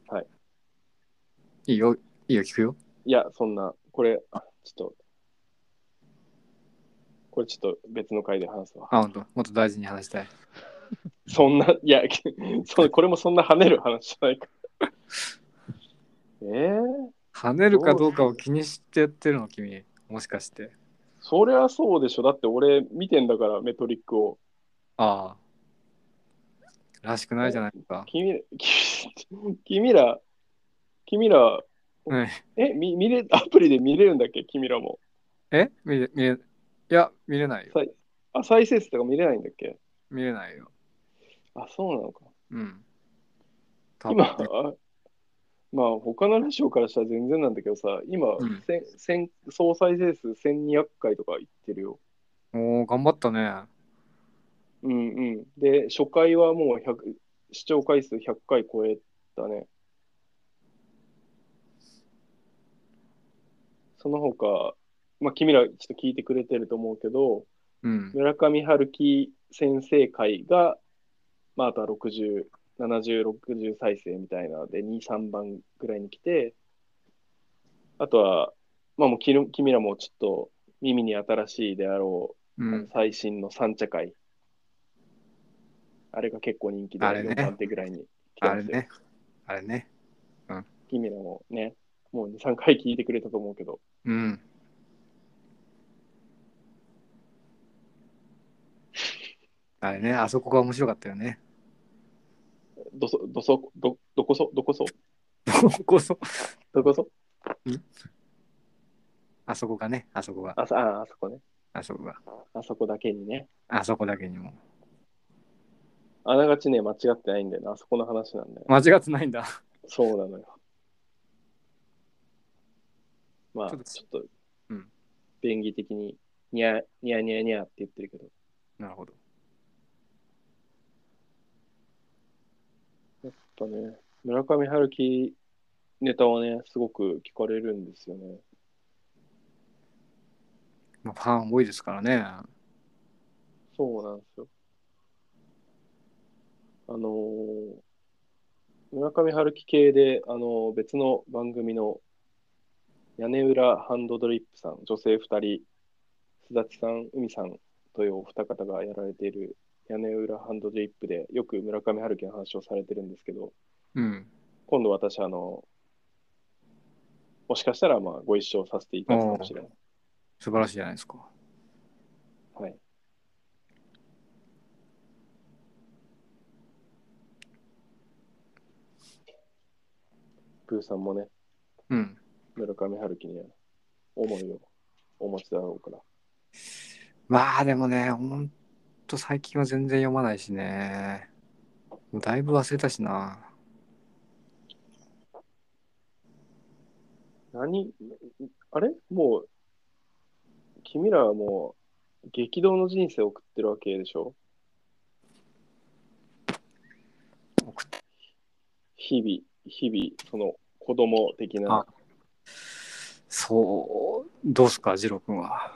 はい。
いいよ、いいよ、聞くよ。
いや、そんな、これ、あちょっと、これちょっと別の回で話すわ。
あ、ほんと、もっと大事に話したい。
そんな、いや、 そうこれもそんな跳ねる話じゃないから。 えー、
跳ねるかどうかを気にしてやってるの、君。もしかして。
そりゃそうでしょ。だって俺見てんだから、メトリックを。
ああ。らしくないじゃないか。
君、君君ら、君ら、
うん
え、み見れ、アプリで見れるんだっけ君らも。
え見れ、見れ、いや、見れないよ。
さいあ、再生数とか見れないんだっけ
見れないよ。
あ、そうなのか。
うん。多
今、
分
あまあ他のラジオからしたら全然なんだけどさ、今、
うん
せんせん総再生数1200回とかいってるよ。
おお、頑張ったね。
うんうん。で、初回はもう100視聴回数100回超えたね。その他、まあ君らちょっと聞いてくれてると思うけど、
うん。
村上春樹先生会が、まあ、あとは60、70、60再生みたいなので、2、3番ぐらいに来て、あとは、まあもうきる、君らもちょっと耳に新しいであろ
う
う、あの
ん。
最新の三茶会。あれが結構人気で、
あれね
4番手ぐらいに来て
あ
ま
れ
すよ。
ね。あれね。
君らもね、もう2、3回聞いてくれたと思うけど、
うん。あれね、あそこが面白かったよね。
どそ、どそ、ど、どこそ、どこそ、
ここそ。
どこそ、
あそこがね、あそこが、
あそ、あ、あそこね、
あそこが、
あそこだけにね。
あそこだけにも。
あながちね、間違ってないんだよな。あそこの話なんだよ。
間違ってないんだ。
そうなのよ。まあ、
ち
ち
ょ
ょっ
っと
と、
うん
便宜的に、にゃ、にゃにゃにゃって言ってるけど、
なるほど。
やっぱね、村上春樹ネタはね、すごく聞かれるんですよね。
まあ、ファン多いですからね。
そうなんですよ。あのー村上春樹系で、あのー別の番組の屋根裏ハンドドリップさん、女性2人、須田さん、海さんというお二方がやられている屋根裏ハンドドリップで、よく村上春樹の話をされてるんですけど、
うん。
今度私、あのもしかしたら、まあ、ご一緒させていただくかもしれない。
素晴らしいじゃないですか。
はい。プーさんもね、
うん。
村上春樹には思いをお持ちだろうから。
まあでもね、ほんと最近は全然読まないしね。もうだいぶ忘れたしな。
何あれもう、君らはもう、激動の人生を送ってるわけでしょ
送っ
日々、日々、その子供的な。
そう、どうすか、次郎君は。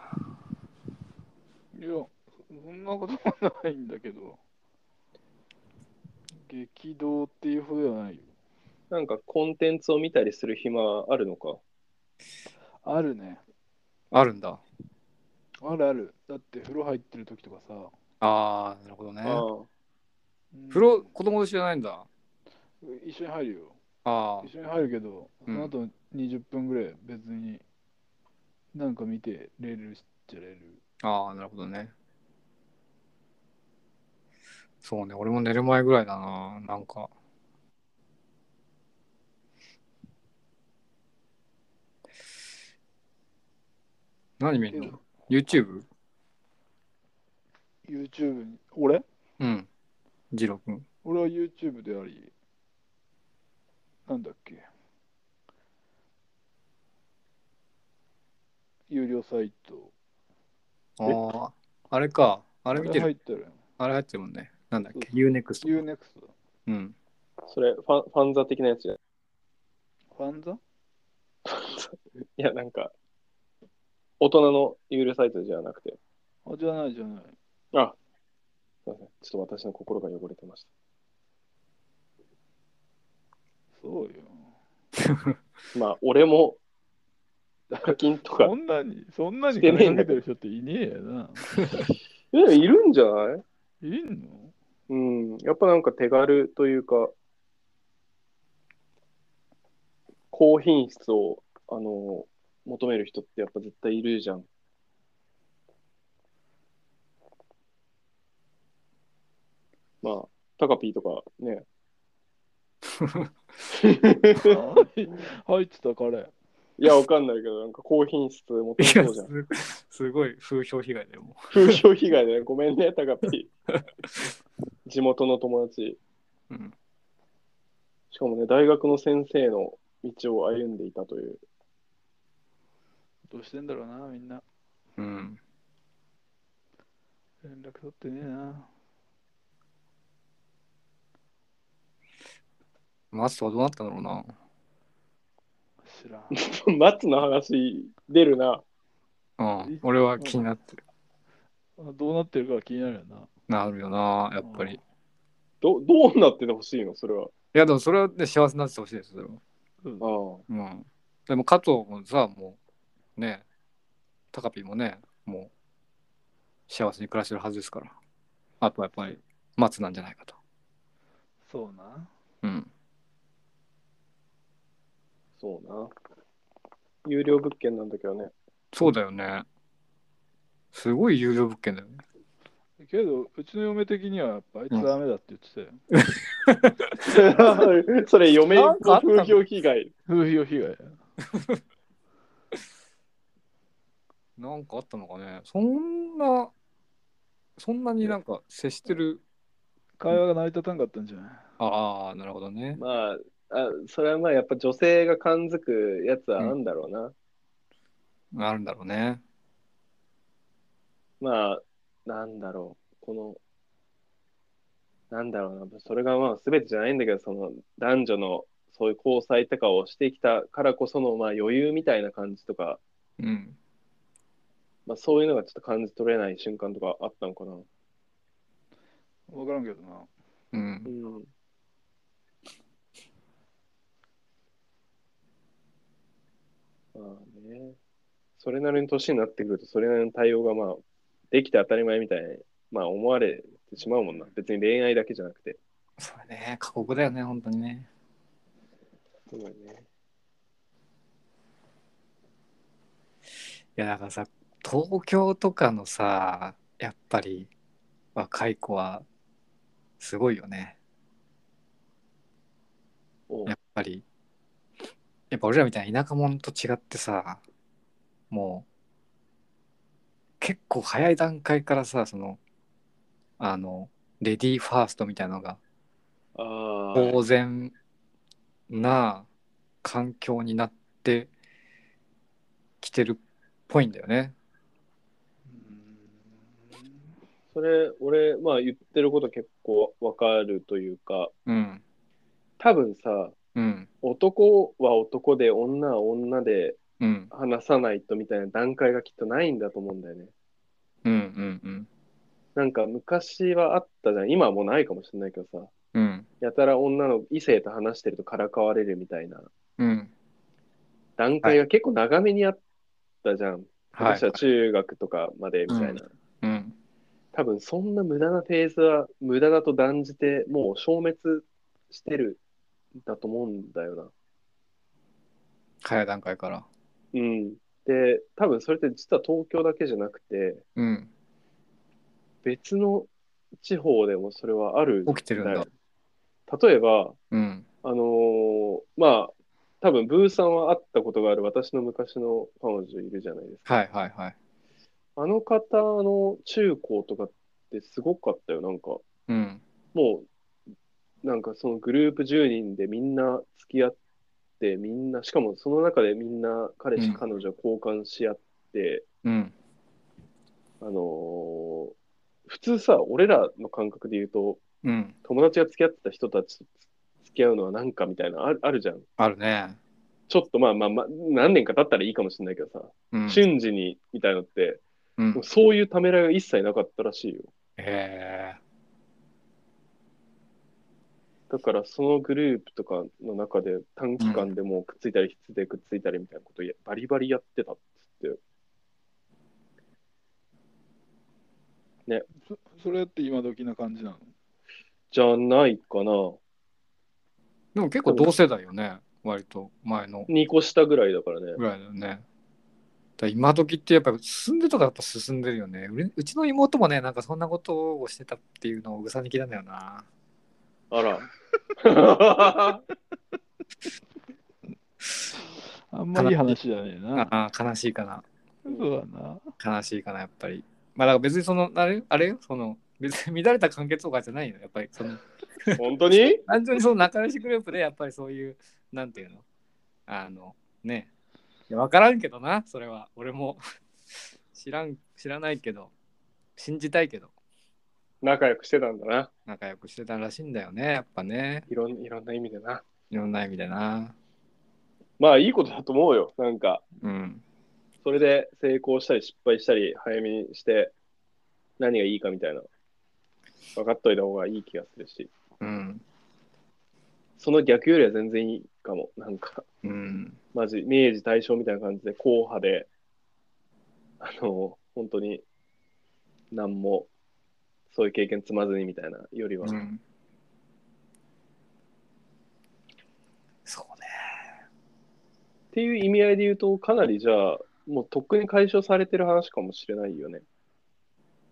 いや、そんなことはないんだけど、激動っていうほどではないよ。
なんかコンテンツを見たりする暇はあるのか
あるね。
あるんだ。
あるある。だって風呂入ってる時とかさ。
ああ、なるほどね。
ああ
うん
風呂、子供とじゃないんだ。
一緒に入るよ。
ああ、
一緒に入るけど、そ
うん
の後20分ぐらい別になんか見てれるしちゃれる。
ああ、なるほどね。そうね、俺も寝る前ぐらいだな、なんか。何見んの ?YouTube?
YouTube に俺
うん。ジロ君。
俺は YouTube でありなんだっけ有料サイト
ああ。あれか。あれ見て
入
る。
ってる
あれ入ってるもんね。なんだっけ
そう
?Unext。
UNEXT だ
うん。
それファン、ファンザ的なやつじゃ
ファンザ
ないいや、なんか、大人の有料サイトじゃなくて。
あじゃないじゃない
あ、すいません。ちょっと私の心が汚れてまし
そうよ
た。まあ、俺も、 課金とか
そ、んなにそんなに
してねえ
金
ん
か
だけど
けてる人っていねえよな
いや、いるんじゃない
いんの
うん。やっぱなんか手軽というか、高品質を、あの、求める人ってやっぱ絶対いるじゃん。まあ、タカピーとか ね。
入ってた彼
いや、わかんないけど、なんか高品質求め
いや
そうじゃ
す
ん。、
す ごい風評被害だよ、も
風評被害で、ごめんね、タカピー。地元の友達。
う。うん。
しかもね、大学の先生の道を歩んでいたという。
どうしてんだろうなみんな
うん。
連絡取ってねえな
マストはどうなったんだろうな。
知らん
松の話出るな。
うん。俺は気になってる。
あどうなってるか気になるよな
なるよな、やっぱり。
う
い
ん
どどうなっててほしいのそれは。
や、でもそれはね、幸せになっててほしいですよ。それは
うん
ああ。
うん。でも加藤もさ、もう、ね、タカピーもね、もう、幸せに暮らしてるはずですから。あとはやっぱり、松なんじゃないかと。
そうな
うん。
そうな。有料物件なんだけど ね。
そうだよね。すごい有料物件だよね。
けどうちの嫁的にはやっぱあいつ
うん
ダメだって言ってたよ、
それ、嫁
なん
の
かあったの
風評被害。
風評被害
なんかあったのかね。そんな、そんなになんか接してる。
会話が成り立たんかったんじゃない
ああ、なるほどね。
まあ、あそれはまあ、やっぱ女性が感づくやつはあるんだろうな。
あるんだろうね。
まあ、なんだろう。この、なんだろうな。それがまあ、全てじゃないんだけど、その、男女の、そういう交際とかをしてきたからこその、まあ、余裕みたいな感じとか、
うん。
まあ、そういうのがちょっと感じ取れない瞬間とかあったのかな。
分からんけどな
う
う。
んん。まあね。それなりの年になってくると、それなりの対応が、まあ、できて当たり前みたいに、まあ、思われてしまうもんな。別に恋愛だけじゃなくて。
そうだね。過酷だよね、本当にね。
そうだね。
いやだからさ東京とかのさやっぱり若い子はすごいよね
おう
やっぱりやっぱ俺らみたいな田舎者と違ってさもう結構早い段階からさそのあのレディーファーストみたいなのが
ああ。
当然な環境になってきてるっぽいんだよね。
それ、俺、まあ、言ってること結構わかるというか、
うん、
多分さ、
うん、
男は男で、女は女で
うん、
話さないとみたいな段階がきっとないんだと思うんだよね。
うん、うん、うん。
なんか昔はあったじゃん。今はもうないかもしれないけどさ。
うん。
やたら女の異性と話してるとからかわれるみたいな
うん。
段階が結構長めにあったじゃん。
はい
私。は中学とかまでみたいな。
うん。
多分そんな無駄なフェーズは無駄だと断じてもう消滅してるんだと思うんだよな。
早い段階から。
うん。で、多分それって実は東京だけじゃなくて、
うん。
別の地方でもそれはある
起きてるんだ
よ。例えば、
うん。
あのーまあ、多分ブーさんは会ったことがある私の昔の彼女いるじゃないですか。
はいはいはい。
あの方の中高とかってすごかったよ。なんか、
うん。
もう、なんかそのグループ10人でみんな付き合って、みんな、しかもその中でみんな彼氏、
うん
彼女交換し合って、
うん。
あのー普通さ、俺らの感覚で言うと、
うん。
友達が付き合ってた人たちと付き合うのはなんかみたいな、あるあるじゃん。
あるね。
ちょっとまあまあ、まあ、何年か経ったらいいかもしれないけどさ、
うん。
瞬時にみたいなのって、
うん、
そういうためらいが一切なかったらしいよ。
へえ。
だからそのグループとかの中で短期間でもうくっついたりひっついたりくっついたりみたいなことやバリバリやってたっつって。
そそれって今時な感じなの
じゃないかな。
でも結構同世代よね。割と前の
2個下ぐらいだからね。
ぐらいだよね。だから今時ってやっぱ進んでるとかやっぱ進んでるよね。うれうちの妹もね、なんかそんなことをしてたっていうのをうさにきなんだよな。
あら。
あんまりいい話じゃねえな。
ああ、悲しいかな。
そうだな。
悲しいかな、やっぱり。まあだから別にその、あれあれよ、その、別に 乱れた関係とかじゃないよ。やっぱりその、
本当に
単純にその仲良しグループでやっぱりそういう、なんていうのあの、ね。いや、わからんけどな、それは。俺も 知らん、知らないけど、信じたいけど、
仲良くしてたんだな。
仲良くしてたらしいんだよね、やっぱね。
いろんいろんな意味でな。
いろんな意味でな。
まあいいことだと思うよ。なんか、
うん。
それで成功したり失敗したり早めにして何がいいかみたいな。分かっといた方がいい気がするし。
うん。
その逆よりは全然いいかも。なんか、
うん。
マジ、明治大正みたいな感じで、硬派で、あの、本当に、なんも、そういう経験積まずにみたいなよりは、
うん。そうね。
っていう意味合いで言うと、かなりじゃあ、もうとっくに解消されてる話かもしれないよね。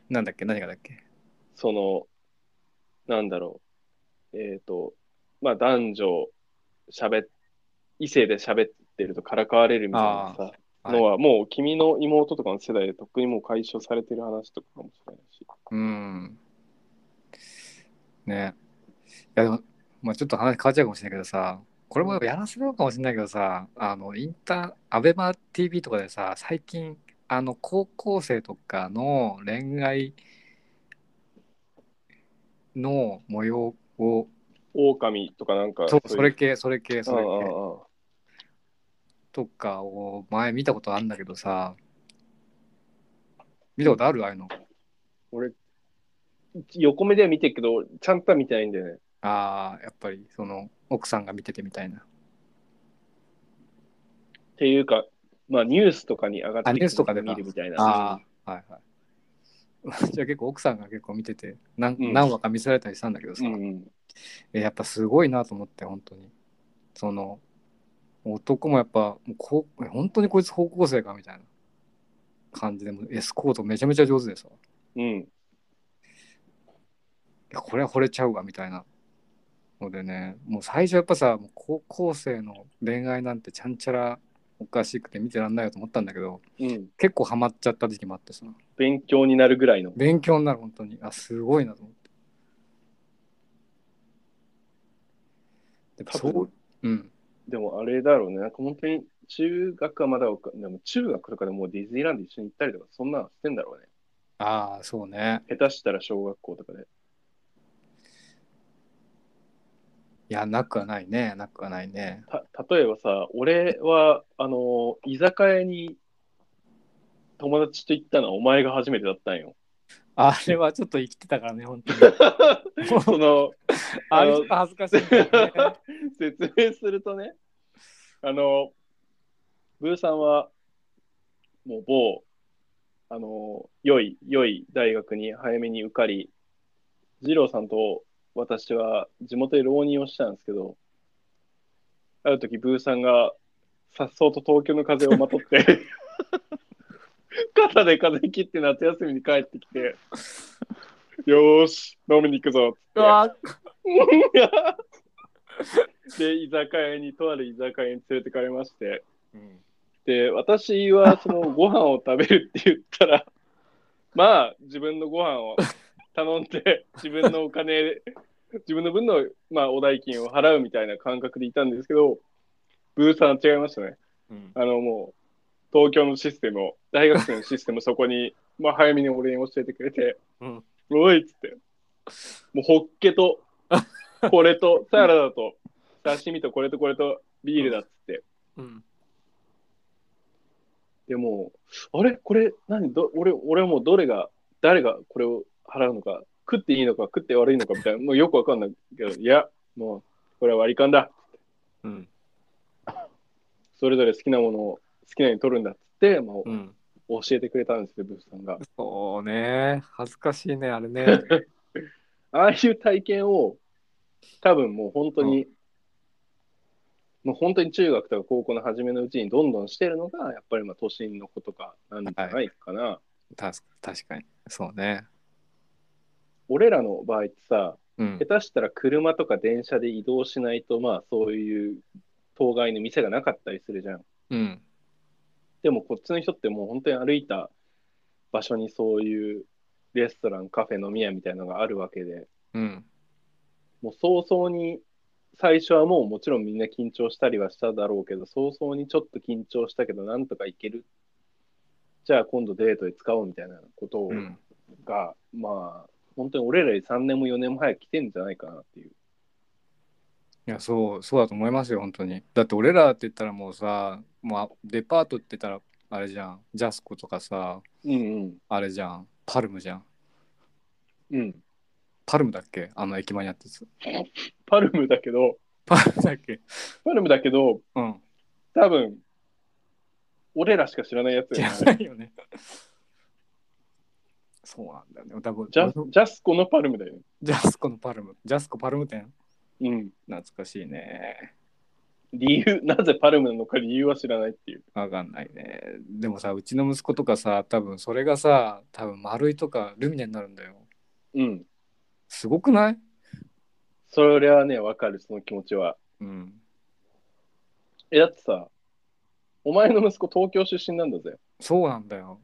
なんだっけ、何がだっけ。
その、なんだろう。えっ、と、まあ、男女、喋っ、異性で喋ってるとからかわれるみたいなさ、
はい
のは、もう君の妹とかの世代でとっくにもう解消されてる話とかかもしれないし。
うん。ねいやでも、まあ、ちょっと話変わっちゃうかもしれないけどさ、これもやらせるのかもしれないけどさ、あの、インター、アベマ TV とかでさ、最近、あの、高校生とかの恋愛の模様を、
狼とかなんか
そう
い
それ系、それ系、それ
うんう
系
んうん
とかを前見たことあるんだけどさ、見たことあるああいうの。
俺横目では見てるけどちゃんとは見てないんだよね
ああ、やっぱり、その、奥さんが見ててみたいな。
っていうかまあニュースとかに上がって
あニュースとかでか
見るみたいな
ああ、はいはい。 じゃあ結構奥さんが結構見てて何,、
うん
ん、何話か見せられたりしたんだけど
う
さ、
んうん
えやっぱすごいなと思って本当にその男もやっぱもうこう本当にこいつ高校生かみたいな感じでもうエスコートめちゃめちゃ上手でさい
うん
やこれは惚れちゃうわみたいなのでねもう最初やっぱさもう高校生の恋愛なんてちゃんちゃらおかしくて見てらんないよと思ったんだけど
うん
結構ハマっちゃった時期もあってさ
勉強になるぐらいの
勉強になる本当にあすごいなと思ってで
多
そ
分
ううん
でもあれだろうねなんか本当に中学はまだわかでも中学とかでもうディズニーランド一緒に行ったりとかそんなのしてんだろうね
ああそうね
下手したら小学校とかで
いやなくはないねなくはないね
た例えばさ俺はあの居酒屋に友達と行ったのはお前が初めてだったんよ
あれはちょっと生きてたからね 本当に
その
あれちょっと恥ずかしいんだよね
説明するとね、あの、ブーさんは、もう某、あの、良い、良い大学に早めに受かり、二郎さんと私は地元で浪人をしたんですけど、ある時ブーさんが、さっそうと東京の風をまとって、肩で風切って夏休みに帰ってきて、よーし、飲みに行くぞっつって。
うわ
で、居酒屋に、とある居酒屋に連れてかれまして、
うん
で、私はそのご飯を食べるって言ったら、 まあ、自分のご飯を頼んで、自分のお金で、自分の分の、まあ、お代金を払うみたいな感覚でいたんですけど、ブーさんは違いましたね。
うん
あの、もう、東京のシステムを、大学生のシステムをそこ に、まあ、早めに俺に教えてくれて、
うん
おいっつって、もう、ホッケと、これ と、サラダと、刺身と、これとこれと、ビールだっつって、
うん
でもう、あれこれ、何ど俺、俺はもうどれが、誰がこれを払うのか、食っていいのか、食って悪いのかみたいな、もうよくわかんないけど、いや、もう、これは割り勘だ。
うん
それぞれ好きなものを好きなように取るんだっつって、も
うん
う教えてくれたんですよ、ブースさんが。
そうね恥ずかしいねあれね
ああいう体験を、多分もう本当に、もう本当に中学とか高校の初めのうちにどんどんしてるのが、やっぱりまあ都心の子とかなんじゃないかな。
た確かにそうね
俺らの場合ってさ、
うん
下手したら車とか電車で移動しないと、まあそういう当該の店がなかったりするじゃん。
うん
でもこっちの人ってもう本当に歩いた場所にそういうレストラン、カフェ、飲み屋みたいなのがあるわけで、
うん
もう早々に最初はもうもちろんみんな緊張したりはしただろうけど、早々にちょっと緊張したけど、なんとかいける。じゃあ今度デートで使おうみたいなことを
うん
が、まあ本当に俺らより3年も4年も早く来てんじゃないかなっていう。
いやそうそうだと思いますよ本当にだって俺らって言ったらもうさもうあデパートって言ったらあれじゃんジャスコとかさ
うん
あれじゃんパルムじゃん
うん。うん。
パルムだっけあの駅前にあったやつ
パルムだけど、
パルムだっけ
パルムだけど、
うん
多分、俺らしか知らないやつ
知
よ
ら
ね。
ないよね そうなんだよね多分
ジャジャスコのパルムだよね。
ジャスコのパルムジャスコパルム店
うん。
懐かしいね
理由、なぜパルムなのか理由は知らないっていう。
わかんないねでもさうちの息子とかさ多分それがさ多分丸いとかルミネになるんだよ
うん。
すごくない
それはね、わかる、その気持ちは。
うん
え、だってさ、お前の息子東京出身なんだぜ。
そうなんだよ。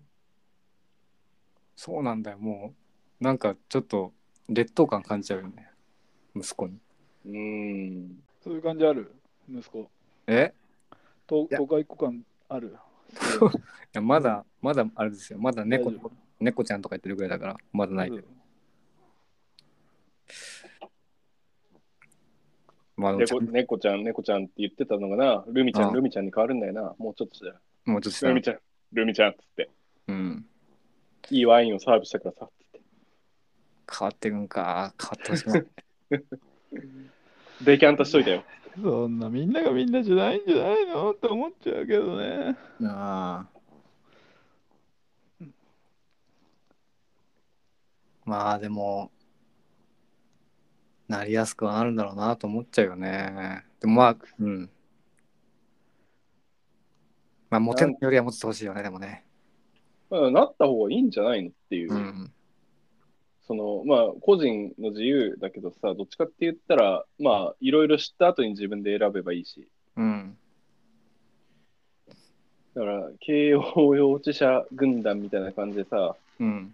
そうなんだよ。もう、なんかちょっと劣等感感じちゃうよね。息子に。
うーん。
そういう感じある息子
え
と
いや
都会一個間ある
いやまだ、まだあれですよ。まだ猫
大丈、
猫ちゃんとか言ってるぐらいだから、まだないけど。まあでもちゃ
猫
ん、
猫ちゃん、猫ちゃんって言ってたのがな、ルミちゃ
ああ
ん、ルミちゃんに変わるんだよな。もうちょっとしたら。
もうちょっとした
ル
ら
ミちゃん、ルミちゃんっつって。
うん。
いいワインをサービスしたからさ、っつって。
変わってくんか。変わってほしくない。
デキャンタしといたよ。
そんなみんながみんなじゃないんじゃないのって思っちゃうけどね
なあ。まあでも、なりやすくはなるんだろうなと思っちゃうよね。でもまあ、うん。まあ、モテるよりはモテてほしいよね、でもね。
まあ、なった方がいいんじゃないのっていう。
うん。
そのまあ個人の自由だけどさどっちかって言ったらまあいろいろ知った後に自分で選べばいいし
うん。
だから慶応幼稚舎軍団みたいな感じでさ
うん。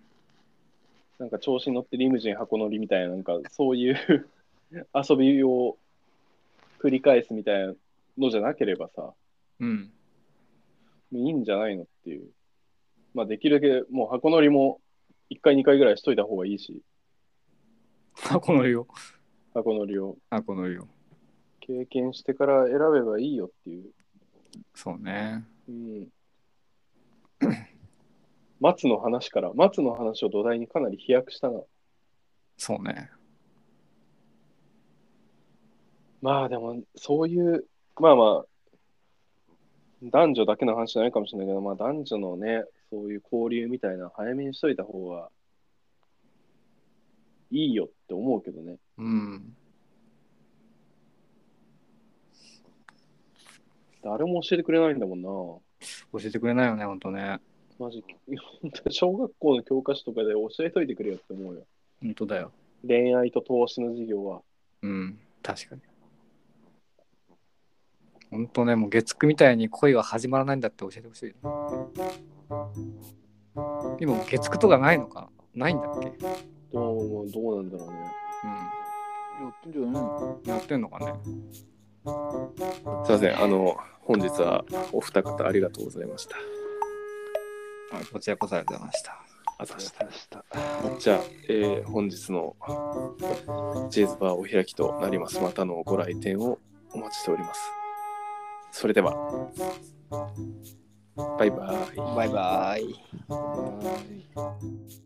なんか調子に乗ってリムジン箱乗りみたいななんかそういう 遊びを繰り返すみたいなのじゃなければさ
うん。
いいんじゃないのっていうまあできるだけもう箱乗りも1回2回ぐらいしといた方がいいし
あ、このりを。
箱乗りを
あ、このりを。
経験してから選べばいいよっていう
そうね。
うん、松の話から松の話を土台にかなり飛躍したな
そうね。
まあでもそういうまあまあ男女だけの話じゃないかもしれないけど、まあ、男女のねそういう交流みたいなの早めにしといた方がいいよって思うけどね
うん。
誰も教えてくれないんだもん
教えてくれないよね、ほんとね。
なマジ 小学校の教科書とかで教えといてくれよって思うよ
ほんとだよ。
恋愛と投資の授業は
うん。確かに。ほんとね、もう月9みたいに恋は始まらないんだって教えてほしい。今、月9とかないのかないんだっけう
どうどうなんだろうね。
ん。
やってんじゃないの
やってんのかね
すいません、あの、本日はお二方ありがとうございました。
はい、こちらこそありがとうございました。
あざした。じゃあ、えー本日のジェイズバーお開きとなります。またのご来店をお待ちしております。それでは、バイバイ。
バイバイ。
バイ